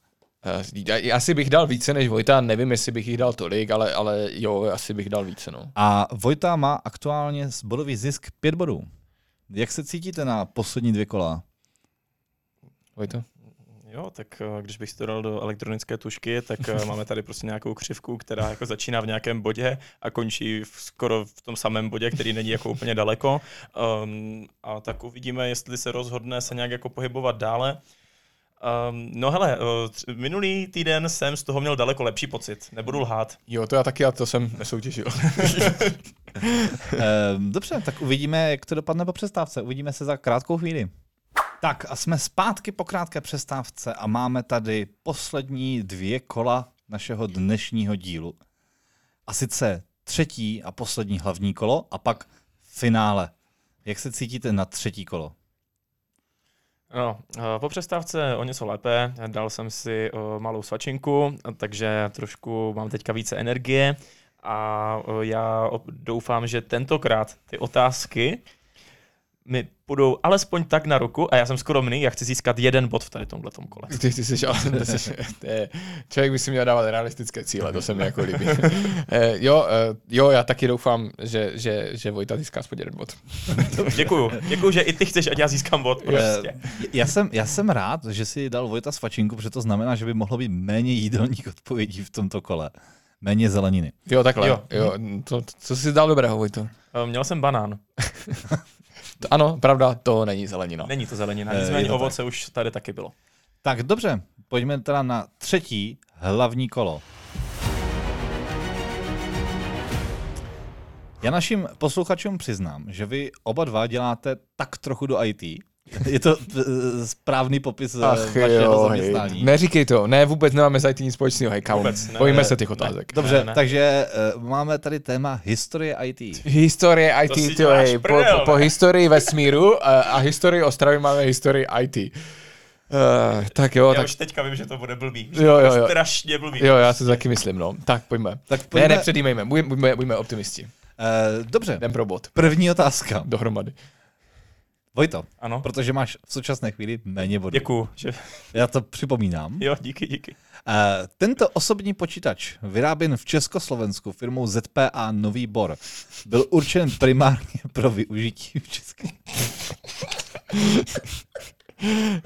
C: Eh, Asi bych dal více než Vojta, nevím, jestli bych jich dal tolik, ale, ale jo, asi bych dal více, no.
A: A Vojta má aktuálně z bodový zisk 5 bodů. Jak se cítíte na poslední dvě kola?
C: Vojto?
B: Jo, tak eh, když bych si to dal do elektronické tušky, tak eh, máme tady prostě nějakou křivku, která jako začíná v nějakém bodě a končí v, skoro v tom samém bodě, který není jako úplně daleko. Um, a tak uvidíme, jestli se rozhodne se nějak jako pohybovat dále. Um, no hele, eh, tř- minulý týden jsem z toho měl daleko lepší pocit, nebudu lhát.
C: Jo, to já taky, a to jsem nesoutěžil.
A: Ehm, dobře, tak uvidíme, jak to dopadne po přestávce. Uvidíme se za krátkou chvíli. Tak a jsme zpátky po krátké přestávce a máme tady poslední dvě kola našeho dnešního dílu. A sice třetí a poslední hlavní kolo a pak finále. Jak se cítíte na třetí kolo?
B: No, eh, po přestávce o něco lépe, dal jsem si eh, malou svačinku, takže trošku mám teďka více energie a eh, já op- doufám, že tentokrát ty otázky mi půjdou alespoň tak na ruku a já jsem skromný, já chci získat jeden bod v tady tomhle kole.
C: Ty, ty jsi, ale to jsi, to je, člověk by si měl dávat realistické cíle, to se mi jako líbí. Eh, jo, eh, jo, já taky doufám, že, že, že Vojta získá aspoň jeden bod.
B: Děkuju, děkuju, že i ty chceš, ať já získám bod prostě.
A: Ehm, já, jsem, já jsem rád, že si dal Vojta svačinku, protože to znamená, že by mohlo být méně jídelních odpovědí v tomto kole. Méně zeleniny.
C: Jo, takhle. Jo,
B: Jo.
C: jo to, to, co jsi dal dobrého, Vojto?
B: Eh, Měl jsem banán,
C: To, ano, pravda, to není zelenina.
B: není to zelenina,
A: Eh, je
B: nicméně
A: to tak.
B: ovoce už tady taky bylo.
A: Tak dobře, pojďme teda na třetí hlavní kolo. Já našim posluchačům přiznám, že vy oba dva děláte tak trochu do IT. Je to eh, správný popis Ach vašeho
C: hej.
A: zaměstnání.
C: neříkej to, ne, vůbec nemáme za IT nic společného, hej, kámo,
B: Vůbec ne,
C: bojíme
B: ne,
C: se těch
B: ne.
C: otázek.
A: Dobře,
B: Ne, ne.
A: takže uh, máme tady téma historie IT.
C: Historie
B: To si
C: IT, ty
B: děláš
C: hej, po,
B: prdel,
C: po, po
B: ne?
C: historii vesmíru a, a historii Ostravy máme historii IT. Uh, tak jo,
B: Já
C: tak
B: už teďka vím, že to bude blbý, že
C: Jo,
B: to bude
C: jo, jo.
B: strašně blbý.
C: Jo, já si to taky myslím, no. Tak pojďme.
A: Tak
C: Ne,
A: pojďme,
C: ne, předjímejme, buďme, buďme, buďme optimisti.
A: eh, dobře,
C: Jdem pro bod.
A: první otázka.
C: Dohromady.
A: Vojto,
B: Ano,
A: protože máš v současné chvíli méně bodů.
B: děkuju, že...
A: Já to připomínám.
B: Jo, díky, díky.
A: Eh, Tento osobní počítač, vyráběn v Československu firmou ZPA Nový Bor, byl určen primárně pro využití v České.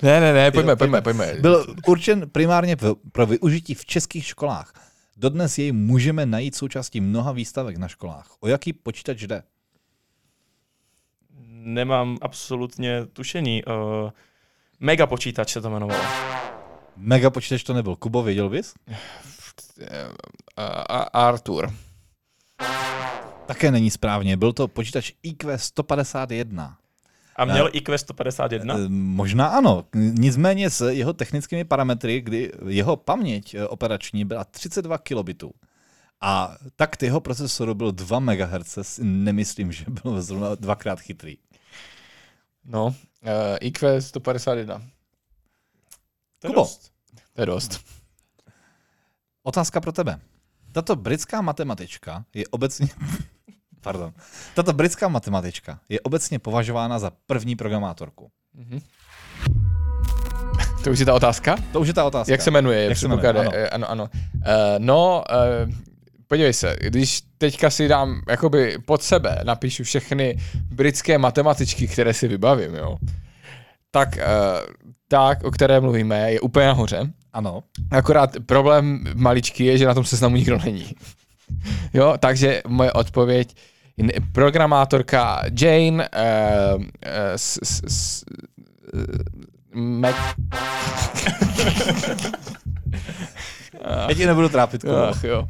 C: Ne, ne, ne, pojďme, pojďme, pojďme.
A: Byl určen primárně v- pro využití v českých školách. Dodnes jej můžeme najít součástí mnoha výstavek na školách. O jaký počítač jde?
B: Nemám absolutně tušení. Uh, mega počítač se to jmenovalo.
A: Mega počítač to nebyl. Kubo, věděl bys?
C: Eh, A, a, Artur.
A: Také není správně. Byl to počítač IQ 151.
B: A měl IQ
C: No.
B: 151?
A: Eh, Možná ano. Nicméně s jeho technickými parametry, kdy jeho paměť eh, operační byla 32 kilobitů. A takt jeho procesoru byl 2 MHz, si nemyslím, že byl zrovna dvakrát chytrý.
C: No, uh, IQ 151.
B: To
A: Kubo.
B: dost.
C: To je dost.
A: Otázka pro tebe. Tato britská matematička je obecně... Pardon. Tato britská matematička je obecně považována za první programátorku.
C: To už je ta otázka?
A: To už je ta otázka.
C: Jak se jmenuje?
A: Jak se jmenuje,
C: předpokládá- eh, Ano, ano. Eh, no, eh, podívej se, když teďka si dám jakoby pod sebe, napíšu všechny britské matematičky, které si vybavím, jo, tak eh, tak, o které mluvíme, je úplně nahoře.
A: Ano.
C: Akorát problém maličký je, že na tom seznamu nikdo není. Jo, takže moje odpověď ne- eh, programátorka Jane uh, uh, s, s, s, Mac... Ah.
A: Já ti nebudu trápit, kurva.
C: Ach, jo.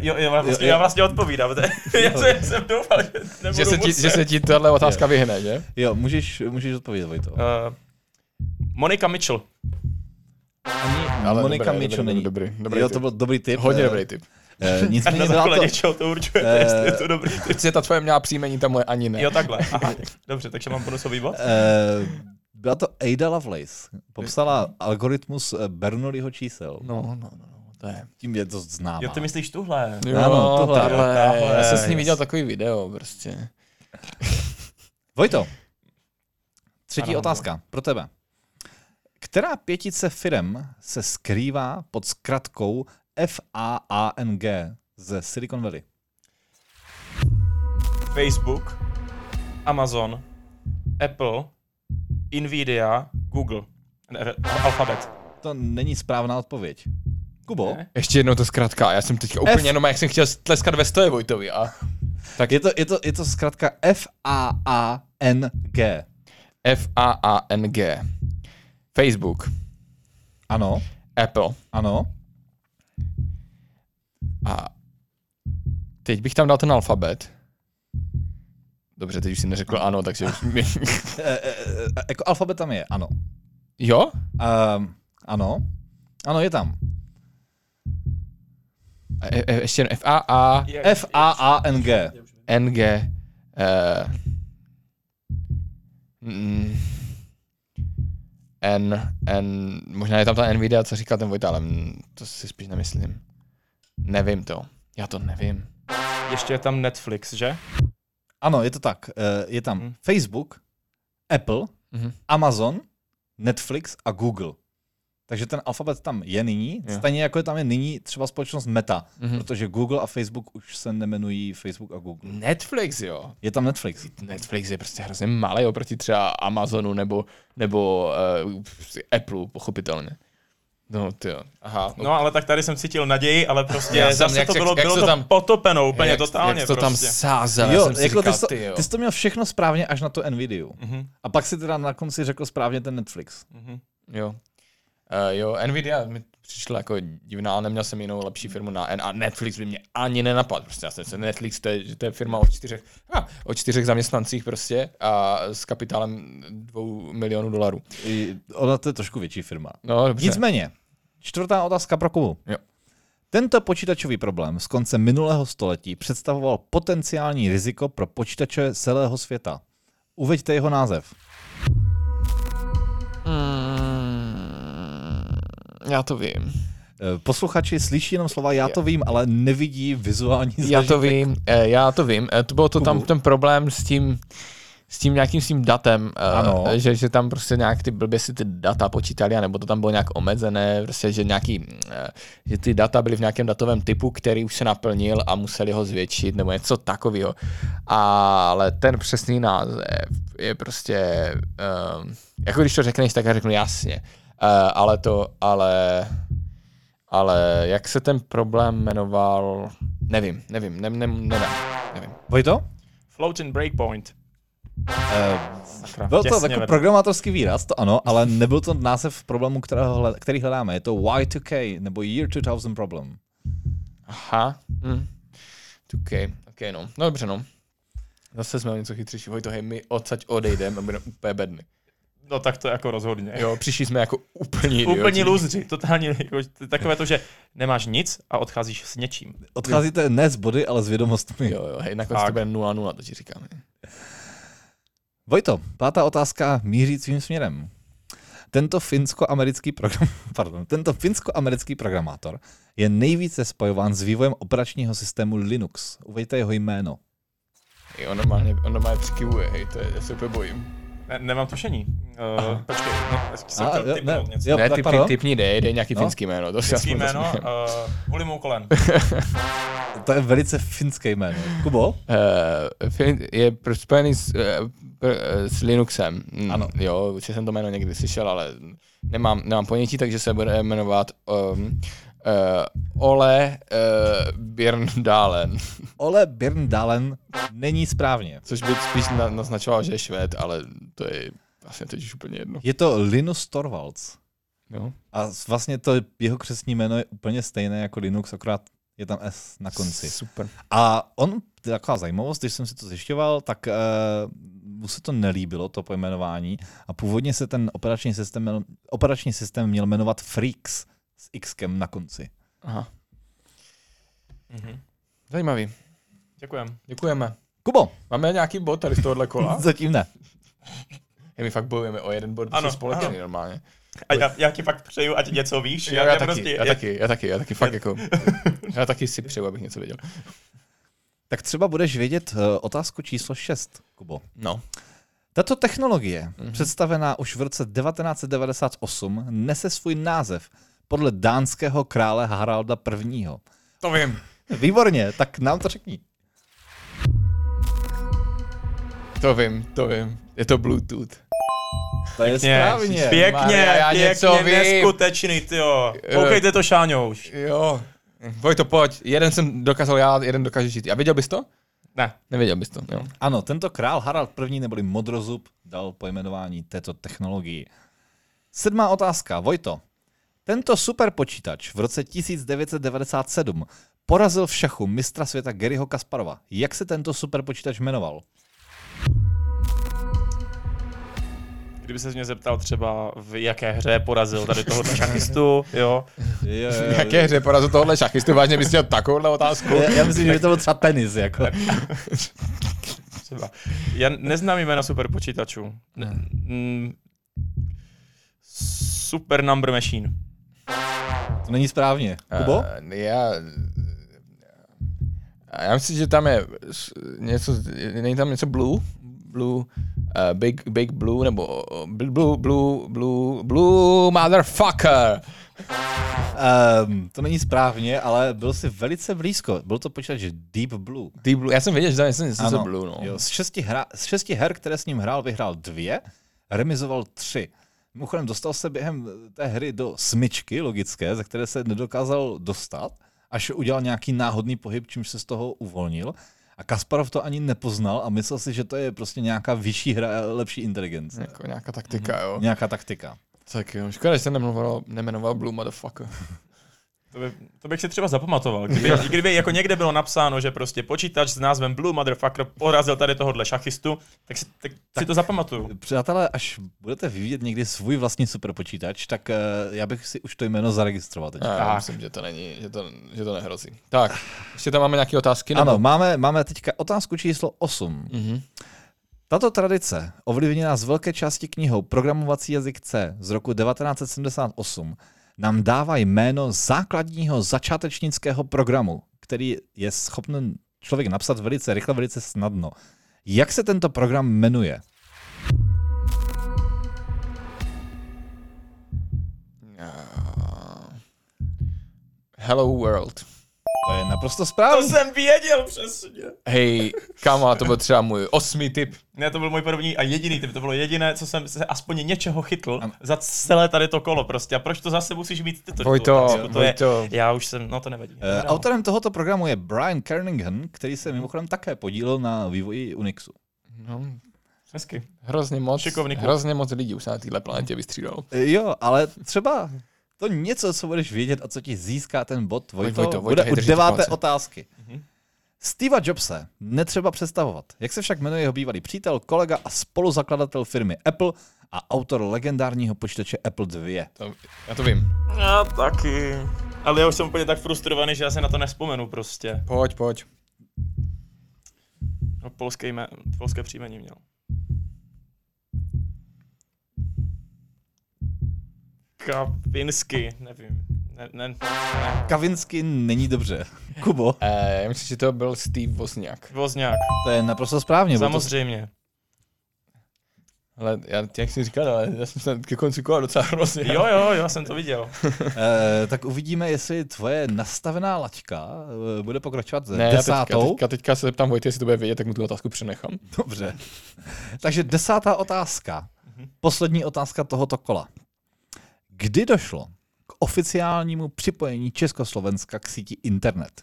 B: Jo, já, vlastně,
A: Jo, jo.
B: já vlastně odpovídám. to je- já jsem, jsem doufal, že nebudu
C: Že se, ti,
B: muset.
C: že se ti tahle otázka vyhne, že?
A: Jo, můžeš, můžeš odpovědět, Vojto.
C: Ah.
B: Eh, Monika Mitchell.
C: Ale
A: Monika
C: dobré,
A: Mičo
C: dobré,
A: není.
C: dobrý, dobrý
A: jo,
C: typ.
A: to byl dobrý tip.
C: Hodně
A: eh,
C: dobrý typ.
A: eh,
B: A
A: Nicméně
B: na
A: byla
B: základě
A: to,
B: čeho to určujete,
A: Eh,
B: jestli je to dobrý typ.
C: Protože ta tvoje měla příjmení, ta moje ani ne.
B: Jo, takhle. Aha. Dobře, takže mám bonusový bod.
A: eh, byla to Ada Lovelace. Popsala algoritmus eh, Bernoulliho čísel.
C: No, no, no, no, to je.
A: Tím je to známá.
B: Jo, ty myslíš tuhle.
C: Jo,
A: Ano, tohle,
C: tahle,
B: tahle,
C: já jsem s ním
B: yes.
C: viděl takový video prostě.
A: Vojto, třetí
B: Ano,
A: otázka pro tebe. Která pětice firm se skrývá pod zkratkou FAANG ze Silicon Valley?
B: Facebook, Amazon, Apple, Nvidia, Google. Ne, Alphabet.
A: To není správná odpověď. Kubo,
B: Ne?
C: Ještě jednou to zkrátka, já jsem teď úplně jenom, jak jsem chtěl tleskat ve stoje Vojtovi a
A: je to, je to, je to zkratka FAANG.
C: F-A-A-N-G. Facebook,
A: Ano,
C: Apple
A: ano.
C: a teď bych tam dal ten alfabet. Dobře, teď už si neřekl ano, takže už mi...
A: E, e, e, jako alfabet tam je, ano.
C: Jo?
A: Um, ano. Ano, je tam.
C: E, e, ještě jednou F-A-A...
B: Je-
A: F-A-A-N-G.
C: NG. eh, mm, N, N, možná je tam ta Nvidia, co říkal ten Vojta, ale mm, to si spíš nemyslím. Nevím to. Já to nevím.
B: Ještě je tam Netflix, že?
A: Ano, je to tak. E, Je tam
B: Mhm.
A: Facebook, Apple,
C: Mhm.
A: Amazon, Netflix a Google. Takže ten alfabet tam je nyní,
C: Jo.
A: stejně jako je tam je nyní třeba společnost Meta,
C: Mhm.
A: protože Google a Facebook už se nemenují Facebook a Google.
C: Netflix, jo.
A: Je tam Netflix.
C: Netflix je prostě hrozně malý oproti třeba Amazonu nebo, nebo uh, Apple, pochopitelně. No, ty jo. Aha.
B: No, ale tak tady jsem cítil naději, ale prostě
C: Já jsem-
B: zase
C: jak-
B: to
C: jak-
B: bylo,
C: jak
B: bylo
C: to
B: to
C: tam-
B: potopeno úplně
C: jak,
B: totálně
C: jak to tam
B: prostě.
C: sázel, já
A: jo,
C: jsem si
A: jako
C: říkal,
A: ty, jsi to,
C: ty jo.
A: ty jsi to měl všechno správně až na to Nvidia.
B: Mhm,
A: A pak si teda na konci řekl správně ten Netflix.
B: mhm.
C: Jo. Uh, jo, Nvidia mi přišla jako divná, ale neměl jsem jinou lepší firmu na N a Netflix by mě ani nenapadl. Prostě já jsem se Netflix, to je, to je firma o čtyřech, a, o čtyřech zaměstnancích prostě a s kapitálem dvou milionů dolarů.
A: I, ona to je trošku větší firma.
C: No dobře.
A: Nicméně, čtvrtá otázka pro Kubu.
C: Jo.
A: Tento počítačový problém z konce minulého století představoval potenciální riziko pro počítače celého světa. Uveďte jeho název.
C: Mm, já to vím.
A: Eh, Posluchači slyší jenom slova já to vím, ale nevidí vizuální
C: Já
A: zažitky.
C: to vím, eh, já to vím. Eh, To bylo to tam
A: Kubu.
C: ten problém s tím, s tím nějakým s tím datem, eh,
A: Ano.
C: že, že tam prostě nějak ty blbě si ty data počítali, nebo to tam bylo nějak omezené, prostě, že nějaký, eh, že ty data byly v nějakém datovém typu, který už se naplnil a museli ho zvětšit, nebo něco takového. Ale ten přesný název je prostě, um, jako když to řekneš, tak já řeknu jasně. Uh, ale to, ale ale jak se ten problém jmenoval, nevím, nevím, ne, ne, nedám, nevím.
A: Vojto?
B: Floating Breakpoint.
A: Eh,
B: Sakra,
A: Byl to jako
B: těsně
A: takový
B: vedle.
A: programátorský výraz, to ano, ale nebyl to název problému, kterého hled, který hledáme. Je to Y2K nebo Year 2000 Problem.
C: Aha,
A: Hmm.
C: hm. OK, OK, no, no dobře, no. Zase jsme o něco chytřejší, Vojto, hej, my odsaď odejdeme a budeme úplně bedny.
B: No tak to jako rozhodně.
C: Jo, přišli jsme jako úplně idioti.
B: Úplně lůzři, totálně jako, t- takové to, že nemáš nic a odcházíš s něčím.
A: Odcházíte ne z body, ale s vědomostmi.
C: Jo, jo, hej, nakonec
B: Tak.
C: to bude 0-0, to ti říkáme.
A: Vojto, pátá otázka míří svým směrem. Tento finsko-americký program, pardon, tento finsko-americký programátor je nejvíce spojován s vývojem operačního systému Linux. Uveďte jeho jméno.
C: Hej, on normálně, on normálně přikivuje, hej, to je, já se úplně bojím.
B: Ne, nemám tušení. Uh, počkej, no, já jsem
A: A,
B: chtěl
A: jo,
B: typnout
A: ne,
B: něco.
A: jo,
C: Ne,
A: tak
C: typ,
A: pardon.
C: typní dej, dej nějaký
A: No.
C: finský jméno. To si
B: Vždycky
C: aspoň
B: jméno,
C: zasmějeme.
B: uh, kvůli mou kolen.
A: To je velice finské jméno. Kubo?
C: Eh, Fin- je pr- spojený s, eh, pr- eh, s Linuxem. Mm,
A: Ano.
C: Jo, určitě jsem to jméno někdy slyšel, ale nemám, nemám ponětí, takže se bude jmenovat um, uh, Ole uh, Birndalen,
A: Ole Birndalen není správně.
C: což by spíš na, naznačoval, že je Švéd, ale to je Vlastně teď už úplně jedno.
A: Je to Linus Torvalds.
C: No.
A: A s- vlastně to jeho křesní jméno je úplně stejné jako Linux, akorát je tam S na konci.
C: Super.
A: A on, to je taková zajímavost, když jsem si to zjišťoval, tak uh, mu se to nelíbilo, to pojmenování. A původně se ten operační systém, měl- operační systém měl jmenovat Freaks s Xkem na konci.
C: Aha.
B: Mhm.
C: Zajímavý.
B: Děkujem.
C: Děkujeme.
A: Kubo,
C: Máme nějaký bod tady z tohohle kola?
A: zatím ne.
C: Je, my fakt bojujeme o jeden bod, ano,
B: Ano,
C: společně ano.
B: ano.
C: normálně.
B: A já, já ti fakt přeju, ať něco víš.
C: Já, já, taky,
B: prostě,
C: já, taky, já taky, já taky, fakt jako, já taky si přeju, abych něco věděl.
A: Tak třeba budeš vědět uh, otázku číslo 6, Kubo.
C: No.
A: Tato technologie, mm-hmm. představená už v roce 1998, nese svůj název podle dánského krále Haralda I.
C: To vím.
A: Výborně, tak nám to řekni.
C: To vím, to vím. Je to Bluetooth.
A: To je
B: Pěkně,
A: správně.
B: pěkně,
C: Maria, já
B: pěkně,
C: něco vím.
B: neskutečný, ty jo. Koukejte to, Šáňo, už.
C: Jo. Vojto, pojď. Jeden jsem dokázal já, jeden dokáže žít. A věděl bys to?
B: Ne.
C: Nevěděl bys to, jo.
A: Ano, tento král Harald I. neboli Modrozub dal pojmenování této technologii. Sedmá otázka, Vojto. Tento superpočítač v roce 1997 porazil v šachu mistra světa Garyho Kasparova. Jak se tento superpočítač jmenoval?
B: Kdyby se mě zeptal třeba, v jaké hře porazil tady toho šachistu, jo.
C: V jaké hře porazil tohle šachistu? Vážně bys měl takovouhle otázku?
A: Já, já myslím, že by to byl třeba penis. Jako.
B: Třeba. Já neznám jména superpočítačů. Ne. Mm. Super Number Machine.
A: To není správně. Kubo?
C: Eh, Já... A já myslím, že tam je s- něco, není tam něco blue? Blue, uh, big, big blue, nebo eh, blue, blue, blue, blue motherfucker.
A: Um, to není správně, ale byl si velice blízko. Byl to počítač Deep Blue.
C: Ty blue, já jsem věděl, že tam je něco něco blue, no.
A: Jo, z, šesti hra, z šesti her, které s ním hrál, vyhrál dvě, remizoval tři. Mimochodem, dostal se během té hry do smyčky logické, ze které se nedokázal dostat, až udělal nějaký náhodný pohyb, čímž se z toho uvolnil. A Kasparov to ani nepoznal a myslel si, že to je prostě nějaká vyšší hra, lepší inteligence.
C: Jako nějaká taktika, jo.
A: Nějaká taktika.
C: Tak jo, škoda, že se nemenoval, nemenoval Blue Motherfucker.
B: To, by, to bych si třeba zapamatoval. Kdyby, kdyby jako někde bylo napsáno, že prostě počítač s názvem Blue Motherfucker porazil tady tohohle šachistu, tak si, tak, tak. si to zapamatuju.
A: Přátelé, až budete vyvíjet někdy svůj vlastní superpočítač, tak eh, já bych si už to jméno zaregistroval teď.
C: Já
B: Tak.
C: myslím, že to není, že to, že to nehrozí. Tak, ještě tam máme nějaké otázky? Nebo?
A: Ano, máme, máme teďka otázku číslo 8.
C: Mhm.
A: Tato tradice, ovlivněná z velké části knihou Programovací jazyk C z roku 1978, nám dává jméno základního začátečnického programu, který je schopen člověk napsat velice rychle, velice snadno. Jak se tento program jmenuje?
C: Hello World.
A: To je naprosto
B: To
A: správně.
B: jsem věděl přesně.
C: Hej, kama, to byl třeba můj osmý tip.
B: Ne, to byl můj první a jediný typ. To bylo jediné, co jsem se aspoň něčeho chytl za celé tady to kolo prostě. A proč to zase musíš mít ty to?
C: Vojto,
B: to je,
C: Vojto.
B: Já už jsem, no to nevadí.
A: Eh, Autorem tohoto programu je Brian Kerningham, který se mimochodem také podílel na vývoji Unixu.
C: No,
B: Hezky.
C: hrozně moc,
B: Šikovný kluk.
C: hrozně moc lidí už se na téhle planetě vystřídalo.
A: Eh, Jo, ale třeba to něco, co budeš vědět a co ti získá ten bod, Vojto,
C: Vojto,
A: Vojto,
C: Vojto,
A: bude
C: hej,
A: u
C: drží
A: deváté
C: palce. Mhm.
A: otázky. Steva Jobse netřeba představovat. Jak se však jmenuje jeho bývalý přítel, kolega a spoluzakladatel firmy Apple a autor legendárního počítače Apple 2?
C: To, já to vím.
B: Já taky. Ale já už jsem úplně tak frustrovaný, že já se na to nespomenu prostě.
C: Pojď, pojď.
B: No, polské, jmé, polské příjmení měl. Kapinsky, nevím. Ne, ne, ne.
A: Kavinsky není dobře. Kubo,
C: Eh, já myslím, že to byl Steve Wozniak.
B: Vozňák,
A: to je naprosto správně. bylo to-
B: samozřejmě.
C: Ale já, jak jsi říkal, ale já jsem se ke konci kola docela hrozně.
B: Jo, jo, jo, jsem to viděl.
A: Eh, tak uvidíme, jestli tvoje nastavená laťka eh, bude pokračovat
C: Ne, já teďka,
A: desátou.
C: teďka, teďka se zeptám Vojty, jestli to bude vědět, tak mu tu otázku přenechám.
A: Dobře. Takže desátá otázka. Poslední otázka tohoto kola. Kdy došlo k oficiálnímu připojení Československa k síti internet?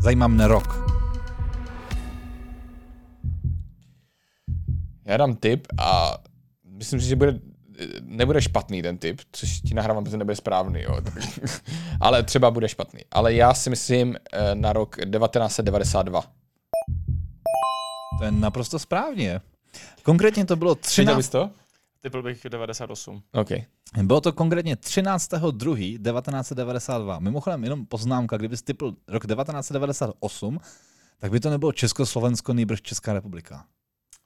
A: Zajímá mne rok.
C: Já dám tip a myslím si, že bude, nebude špatný ten typ, což ti nahrávám, že nebude správný, jo. ale třeba bude špatný. Ale já si myslím eh, na rok 1992.
A: To je naprosto správně. Konkrétně to bylo
C: Viděl
A: 13.
C: bys to?
B: Typl bych 98.
C: OK.
A: Bylo to konkrétně 13.2.1992. Mimochodem, jenom poznámka, kdyby jsi typl rok 1998, tak by to nebylo Československo, nejbrž Česká republika.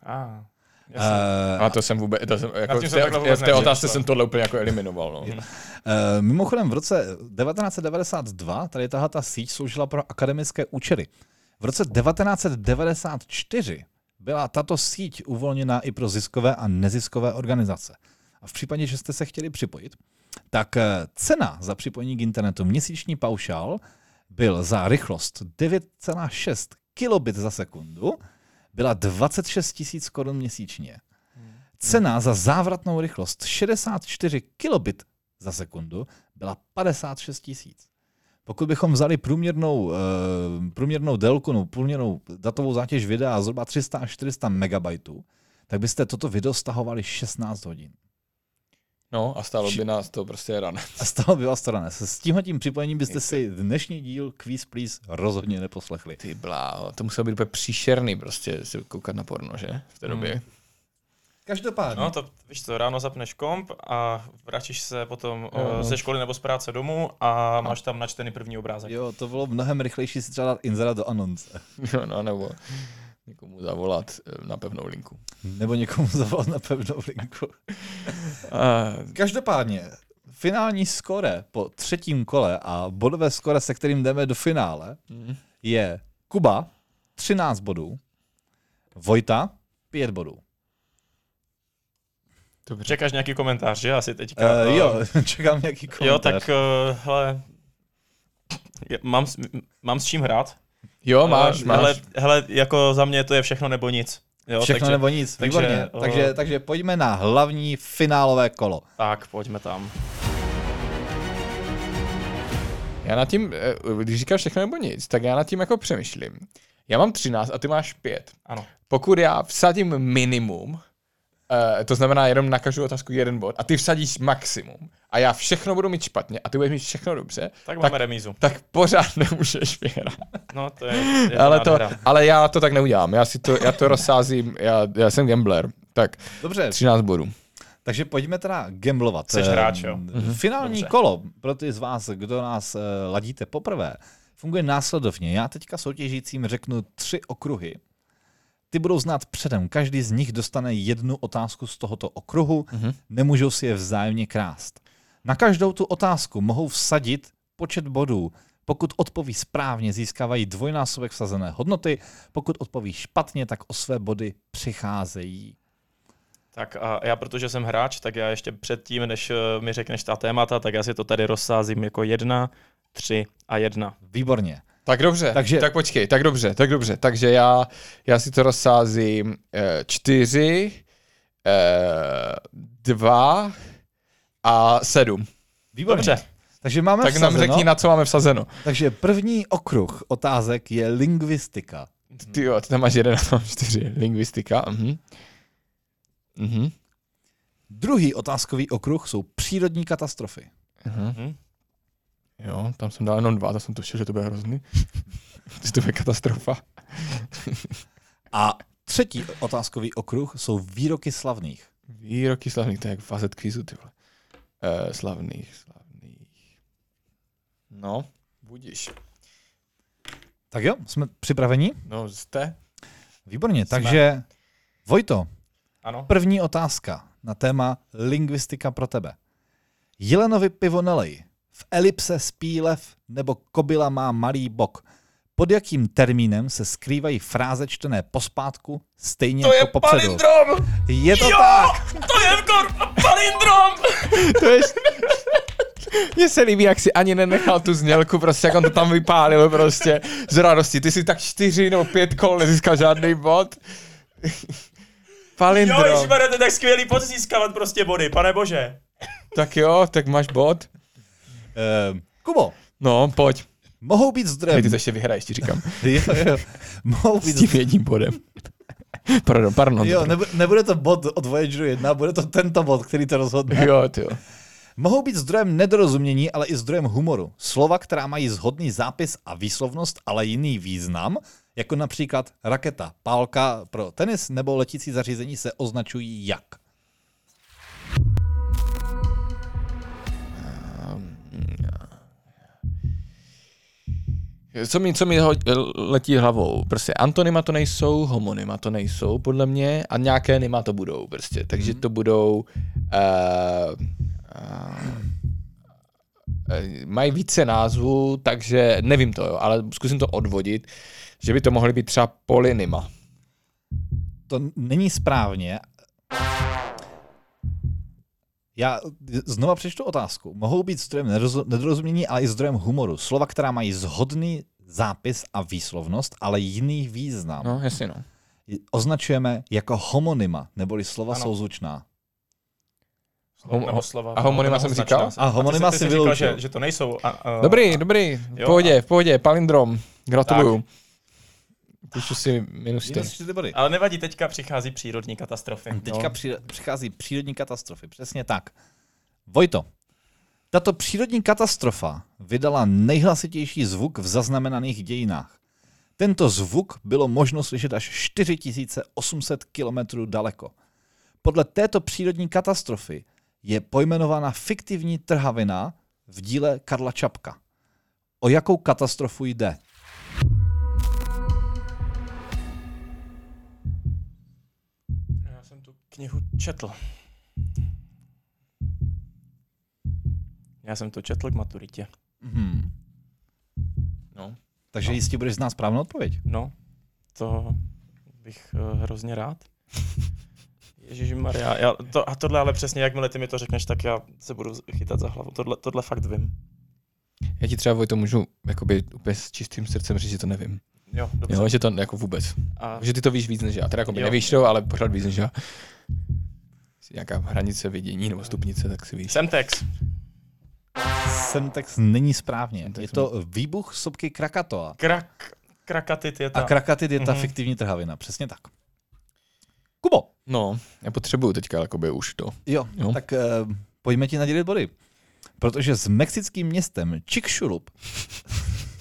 B: Ah, jasně.
A: Uh,
C: A to jsem vůbec, to jsem, jako,
B: tím jsem
C: v té,
B: takhle
C: v
B: vůbec
C: té otázce
B: nepřemýšlel.
C: jsem tohle úplně jako eliminoval, no.
A: Eh, mimochodem v roce 1992 tady tahle ta síť sloužila pro akademické účely. V roce 1994 byla tato síť uvolněna i pro ziskové a neziskové organizace. A v případě, že jste se chtěli připojit, tak eh, cena za připojení k internetu měsíční paušál byl za rychlost 9,6 kilobit za sekundu, byla 26 tisíc korun měsíčně. Cena za závratnou rychlost 64 kilobit za sekundu byla 56 tisíc. Pokud bychom vzali průměrnou, eh, průměrnou délku, no, průměrnou datovou zátěž videa zhruba 300 až 400 megabajtů, tak byste toto video stahovali 16 hodin.
C: No a stálo by nás to prostě ran.
A: A z toho by vás to dnes. S tímhletím připojením byste si dnešní díl Quiz Please rozhodně neposlechli.
C: Ty bláho, to muselo být úplně příšerný prostě si koukat na porno, že? V té době.
A: Každopádně,
B: No to, víš co, ráno zapneš komp a vrátíš se potom
C: Jo,
B: jo.
C: no.
B: ze školy nebo z práce domů a máš tam načtený první obrázek.
A: jo, to bylo mnohem rychlejší si třeba dát inzerát do anonce.
C: Jo, no nebo někomu zavolat eh, na pevnou linku.
A: Nebo někomu zavolat na pevnou linku.
C: A,
A: Každopádně, finální skore po třetím kole a bodové skore, se kterým jdeme do finále,
B: Mhm.
C: Mm.
A: je Kuba 13 bodů, Vojta 5 bodů.
C: dobře.
B: Čekáš nějaký komentář, že? Asi teďka.
A: Uh,
B: eh,
A: jo, čekám nějaký komentář.
B: jo, tak eh, hele, je- mám, s- m- mám s čím hrát.
C: Jo, No, máš,
B: Eh,
C: máš.
B: Hele, hele, jako za mě to je všechno nebo nic. Jo,
A: Všechno
B: takže,
A: nebo nic,
B: takže,
A: výborně. Takže,
B: eh,
A: takže, takže pojďme na hlavní finálové kolo.
B: Tak, pojďme tam.
C: Já nad tím, eh, když říkáš všechno nebo nic, tak já nad tím jako přemýšlím. Já mám 13 a ty máš 5.
B: Ano.
C: Pokud já vsadím minimum, eh, to znamená jenom na každou otázku jeden bod, a ty vsadíš maximum, a já všechno budu mít špatně, a ty budeš mít všechno dobře,
B: Tak máme remízu.
C: tak pořád nemůžeš vyhrát.
B: No, to je, je
C: Ale, to,
B: nádhera.
C: ale já to tak neudělám, já, si to, já to rozsázím, já, já jsem gambler, tak
A: Dobře,
C: 13 bodů.
A: takže pojďme teda gemblovat.
B: Seš
A: Ehm,
B: hráč, jo?
A: Finální
B: Dobře.
A: kolo, pro ty z vás, kdo nás eh, ladíte poprvé, funguje následovně. Já teďka soutěžícím řeknu tři okruhy. Ty budou znát předem. Každý z nich dostane jednu otázku z tohoto okruhu.
B: Mhm.
A: Nemůžou si je vzájemně krást. Na každou tu otázku mohou vsadit počet bodů. Pokud odpoví správně, získávají dvojnásobek vsazené hodnoty. Pokud odpoví špatně, tak o své body přicházejí.
B: Tak a já, protože jsem hráč, tak já ještě předtím, než eh, mi řekneš ta témata, tak já si to tady rozsázím jako jedna, tři a jedna.
A: Výborně.
C: Tak dobře,
A: Takže-
C: Takže... tak počkej, tak dobře, tak dobře. Takže já, já si to rozsázím eh, čtyři, eh, dva a sedm.
A: Výborně.
B: Dobře,
A: Takže máme
C: Tak nám
A: vsazeno.
C: řekni, na co máme vsazeno.
A: Takže první okruh otázek je lingvistika.
C: Ty jo, ty tam máš jeden, já mám čtyři. Lingvistika, mhm. Mhm,
A: Druhý otázkový okruh jsou přírodní katastrofy.
C: mhm. Jo, tam jsem dal jenom dva, tak jsem tušil, že to bude hrozný. že to bude katastrofa.
A: A třetí otázkový okruh jsou výroky slavných.
C: Výroky slavných, to je jak fazet kvízu, ty vole. Uh, slavných, slavných. No, budíš.
A: Tak jo, jsme připraveni?
C: No, jste?
A: Výborně, takže Vojto,
B: ano.
A: první otázka na téma lingvistika pro tebe. Jelenovi pivo nelej, v elipse spí lev nebo kobila má malý bok. Pod jakým termínem se skrývají fráze čtené pospátku, stejně jako popředu? Je to tak!
B: To je kor- palindrom!
C: To je... Mně se líbí, jak si ani nenechal tu znělku, prostě jak on to tam vypálil prostě z radosti. Ty si tak čtyři nebo pět kol nezískal žádný bod.
B: Jo,
C: Palindrom.
B: ježišmarja, to je tak skvělý pocit získávat prostě body, pane bože.
C: tak jo, tak máš bod.
A: Eh, Kubo,
C: No, pojď.
A: mohou být
C: Hej, ty
A: zdrojem
C: to ještě vyhraješ, ti říkám.
A: Jo, jo. Mohou
C: S
A: být,
C: tím jedním bodem. Pardon, pardon.
A: Jo,
C: pardon.
A: nebu- nebude to bod od Voyageru 1, bude to tento bod, který to rozhodne.
C: Jo, ty jo.
A: Mohou být zdrojem nedorozumění, ale i zdrojem humoru. Slova, která mají zhodný zápis a výslovnost, ale jiný význam, jako například raketa, pálka pro tenis nebo letící zařízení se označují jak.
C: Co mi, co mi ho, letí hlavou? Prostě antonyma to nejsou, homonyma to nejsou, podle mě, a nějaké nyma to budou prostě. Takže to budou... Uh, uh, mají více názvů, takže nevím to, jo, ale zkusím to odvodit, že by to mohly být třeba polynyma.
A: To n- není správně. Já znova přečtu otázku. Mohou být zdrojem nerozu- nedorozumění, ale i zdrojem humoru. Slova, která mají zhodný zápis a výslovnost, ale jiný význam.
C: No, jasně no.
A: označujeme jako homonyma, neboli slova ano.
B: Ano.
A: souzvučná.
C: Hom-
B: Nebo slova.
C: a homonyma jsem
B: Označná
C: říkal?
B: se.
A: A
B: ty
A: homonyma
B: jsi-
A: si
B: ty jsi říkal,
A: vyloučil.
B: že, že to nejsou. A, eh, a,
C: Dobrý, dobrý, v
B: jo,
C: pohodě, v pohodě, palindrom, gratuluju. Píšu si minus
A: Minus
C: ten.
A: čtyři body.
B: Ale nevadí, teďka přichází přírodní katastrofy.
A: Hm,
B: No.
A: Teďka při- přichází přírodní katastrofy, přesně tak. Vojto, tato přírodní katastrofa vydala nejhlasitější zvuk v zaznamenaných dějinách. Tento zvuk bylo možno slyšet až 4800 km daleko. Podle této přírodní katastrofy je pojmenována fiktivní trhavina v díle Karla Čapka. O jakou katastrofu jde?
B: Já jsem tu knihu četl. Já jsem to četl k maturitě.
A: Hmm.
C: No.
A: Takže no. jistě budeš znát správnou odpověď.
B: No, to bych eh, hrozně rád. Ježíš Maria, já, to, a tohle ale přesně, jakmile ty mi to řekneš, tak já se budu chytat za hlavu. Tohle, tohle fakt vím.
C: Já ti třeba, Vojto, můžu jakoby úplně s čistým srdcem říct, že to nevím.
B: Jo, dobře.
C: Jo, že to jako vůbec.
B: A
C: Že ty to víš víc než já. Teda jako by
B: Jo.
C: nevíš to, ale pořád víc než já. Jestli Nějaká hranice vidění nebo stupnice, tak si víš.
B: Semtex.
A: Semtex není správně.
C: Semtex
A: je to výbuch sopky Krakatoa.
B: Krak, krakatit je ta...
A: A Krakatit je ta
B: Mhm.
A: fiktivní trhavina, přesně tak. Kubo,
C: No, já potřebuju teďka jakoby už to.
A: jo,
C: Jo.
A: tak eh, pojďme ti nadělit body. Protože s mexickým městem Chicxulub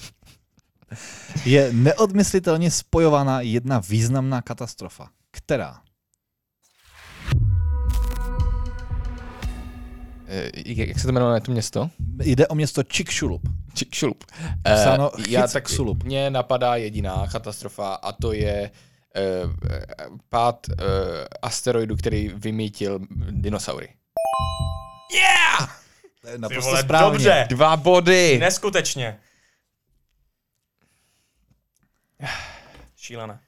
A: je neodmyslitelně spojována jedna významná katastrofa. Která?
C: E, jak, jak se to jmenuje to město?
A: Jde o město Chicxulub.
C: Či, šulup. Eh,
A: Psáno
C: já
A: Chyc
C: tak
A: Xulup.
C: Mně napadá jediná katastrofa a to je e, e, pád e, asteroidu, který vymítil dinosaury.
A: To je
B: Ty
A: naprosto
B: vole,
A: prostě správně.
B: dobře.
C: Dva body!
B: Neskutečně. Šílené.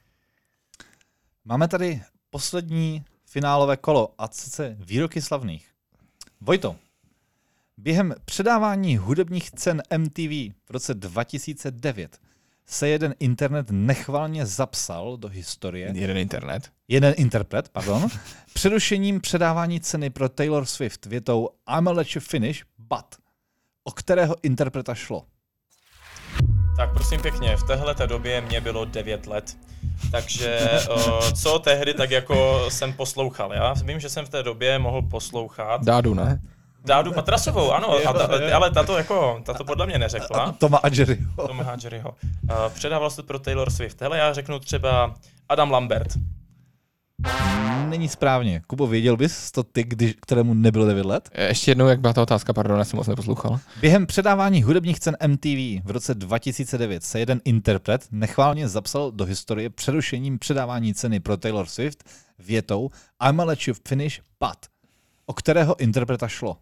A: Máme tady poslední finálové kolo a sice výroky slavných. Vojto, během předávání hudebních cen MTV v roce 2009 se jeden internet nechvalně zapsal do historie,
C: Jeden internet.
A: jeden interpret, pardon, přerušením předávání ceny pro Taylor Swift větou I'm a let you finish, but. O kterého interpreta šlo?
B: Tak prosím pěkně, v téhle té době mě bylo 9 let. Takže eh, co tehdy tak jako jsem poslouchal? Já vím, že jsem v té době mohl poslouchat
C: Dádu, ne?
B: Dádu Patrasovou, ano, a ta, ale tato jako, tato podle mě neřekla.
A: Toma a Jerry.
B: Tom Hadgeryho. Eh, Předával se pro Taylor Swift. Hele, já řeknu třeba Adam Lambert.
A: Není správně. Kubo, věděl bys to ty, když, kterému nebylo 9 let?
C: E, Ještě jednou, jak byla ta otázka, pardon, já jsem moc neposlouchal.
A: Během předávání hudebních cen MTV v roce 2009 se jeden interpret nechválně zapsal do historie přerušením předávání ceny pro Taylor Swift větou I'm a let you finish, but. O kterého interpreta šlo?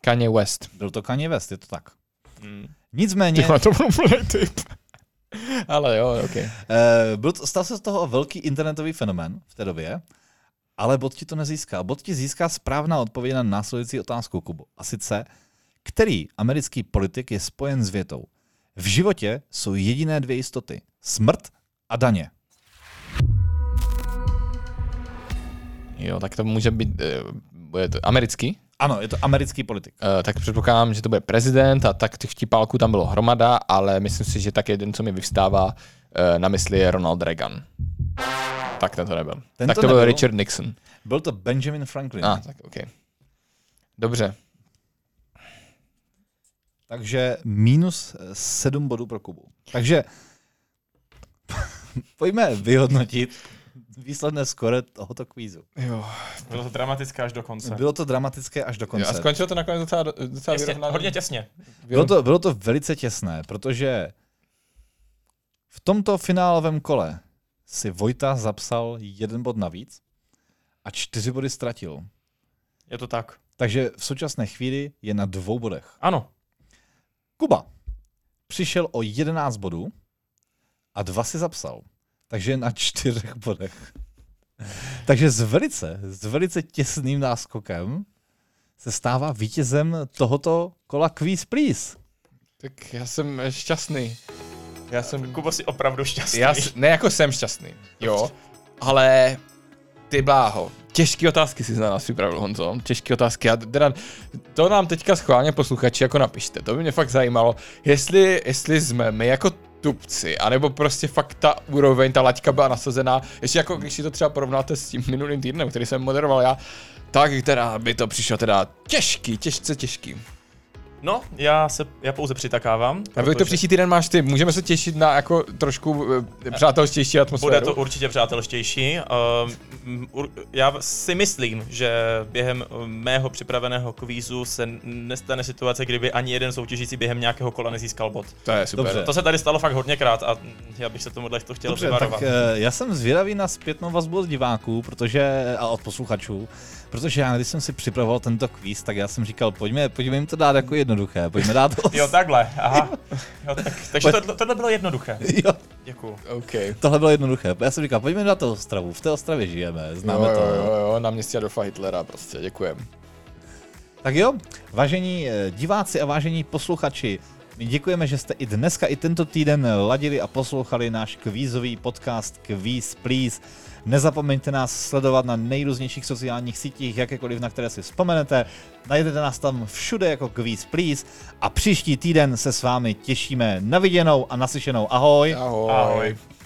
C: Kanye West.
A: Byl to Kanye West, je to tak.
B: Hmm.
A: Nicméně,
C: Ty vole, to byl úplný typ. Vlastně. Ale jo, ok.
A: eh, byl to, stal se z toho velký internetový fenomén v té době, ale bod ti to nezíská. Bod ti získá správná odpověď na následující otázku, Kubu. A sice, který americký politik je spojen s větou? V životě jsou jediné dvě jistoty. Smrt a daně.
C: Jo, tak to může být, eh, bude to americký,
A: Ano, je to americký politik.
C: eh, tak předpokládám, že to bude prezident a tak těch tipálků tam bylo hromada, ale myslím si, že tak jeden, co mi vyvstává eh, na mysli, je Ronald Reagan. Tak ten to nebyl.
A: Ten
C: tak
A: to
C: to, byl
A: nebyl.
C: Richard Nixon.
A: Byl to Benjamin Franklin.
C: A, tak OK. Dobře.
A: Takže minus 7 bodů pro Kubu. Takže pojďme vyhodnotit výsledné skore tohoto kvízu.
C: Jo.
B: Bylo to dramatické až do konce.
A: Bylo to dramatické až do
C: A
A: konce.
C: skončilo to nakonec docela, docela
B: Těsně,
C: vyrovnaný.
B: hodně těsně.
C: No
A: Bylo to, bylo to velice těsné, protože v tomto finálovém kole si Vojta zapsal jeden bod navíc a čtyři body ztratil.
B: Je to tak.
A: Takže v současné chvíli je na dvou bodech.
B: Ano.
A: Kuba přišel o 11 bodů a dva si zapsal. Takže je na čtyřech bodech. Takže s velice, s velice těsným náskokem se stává vítězem tohoto kola Quiz Please.
C: Tak já jsem eh, šťastný. Já jsem...
B: Kubo si opravdu šťastný.
C: Já, s- ne, jako jsem šťastný, jo. Ale ty bláho, těžké otázky si na nás připravil, Honzo. Těžké otázky. A teda, to nám teďka schválně posluchači jako napište. To by mě fakt zajímalo, jestli, jestli jsme my jako tupci, anebo prostě fakt ta úroveň, ta laťka byla nasazená. Ještě jako když si to třeba porovnáte s tím minulým týdnem, který jsem moderoval já, tak teda by to přišlo teda těžký, těžce těžký.
B: No, já, se, já pouze přitakávám.
C: A vy to
B: protože
C: příští týden máš ty, můžeme se těšit na jako trošku eh, přátelštější atmosféru.
B: Bude to určitě přátelštější. Ehm, m, ur- Já si myslím, že během eh, mého připraveného kvízu se n- nestane situace, kdyby ani jeden soutěžící během nějakého kola nezískal bod.
C: to je super.
A: Dobře.
B: To se tady stalo fakt hodněkrát a já bych se tomuhle to chtěl
A: Dobře, tak
B: vyvarovat.
A: eh, já jsem zvědavý na zpětnou vazbu od diváků protože, a od posluchačů, protože já, když jsem si připravoval tento kvíz, tak já jsem říkal, pojďme, pojďme jim to dát jako jednoduché, pojďme dát os...
B: Jo, takhle, aha. Jo, tak, takže to, tohle bylo jednoduché.
A: jo,
B: Děkuju.
C: OK.
A: tohle bylo jednoduché. Já jsem říkal, pojďme dát Ostravu, v té Ostravě žijeme, známe
C: jo,
A: to.
C: Jo, jo, jo, náměstí Adolfa Hitlera prostě, děkujem.
A: Tak jo, vážení eh, diváci a vážení posluchači, my děkujeme, že jste i dneska, i tento týden ladili a poslouchali náš kvízový podcast Quiz Please. Nezapomeňte nás sledovat na nejrůznějších sociálních sítích, jakékoliv, na které si vzpomenete. Najdete nás tam všude jako Quiz Please a příští týden se s vámi těšíme na viděnou a naslyšenou. Ahoj!
C: Ahoj.
B: Ahoj.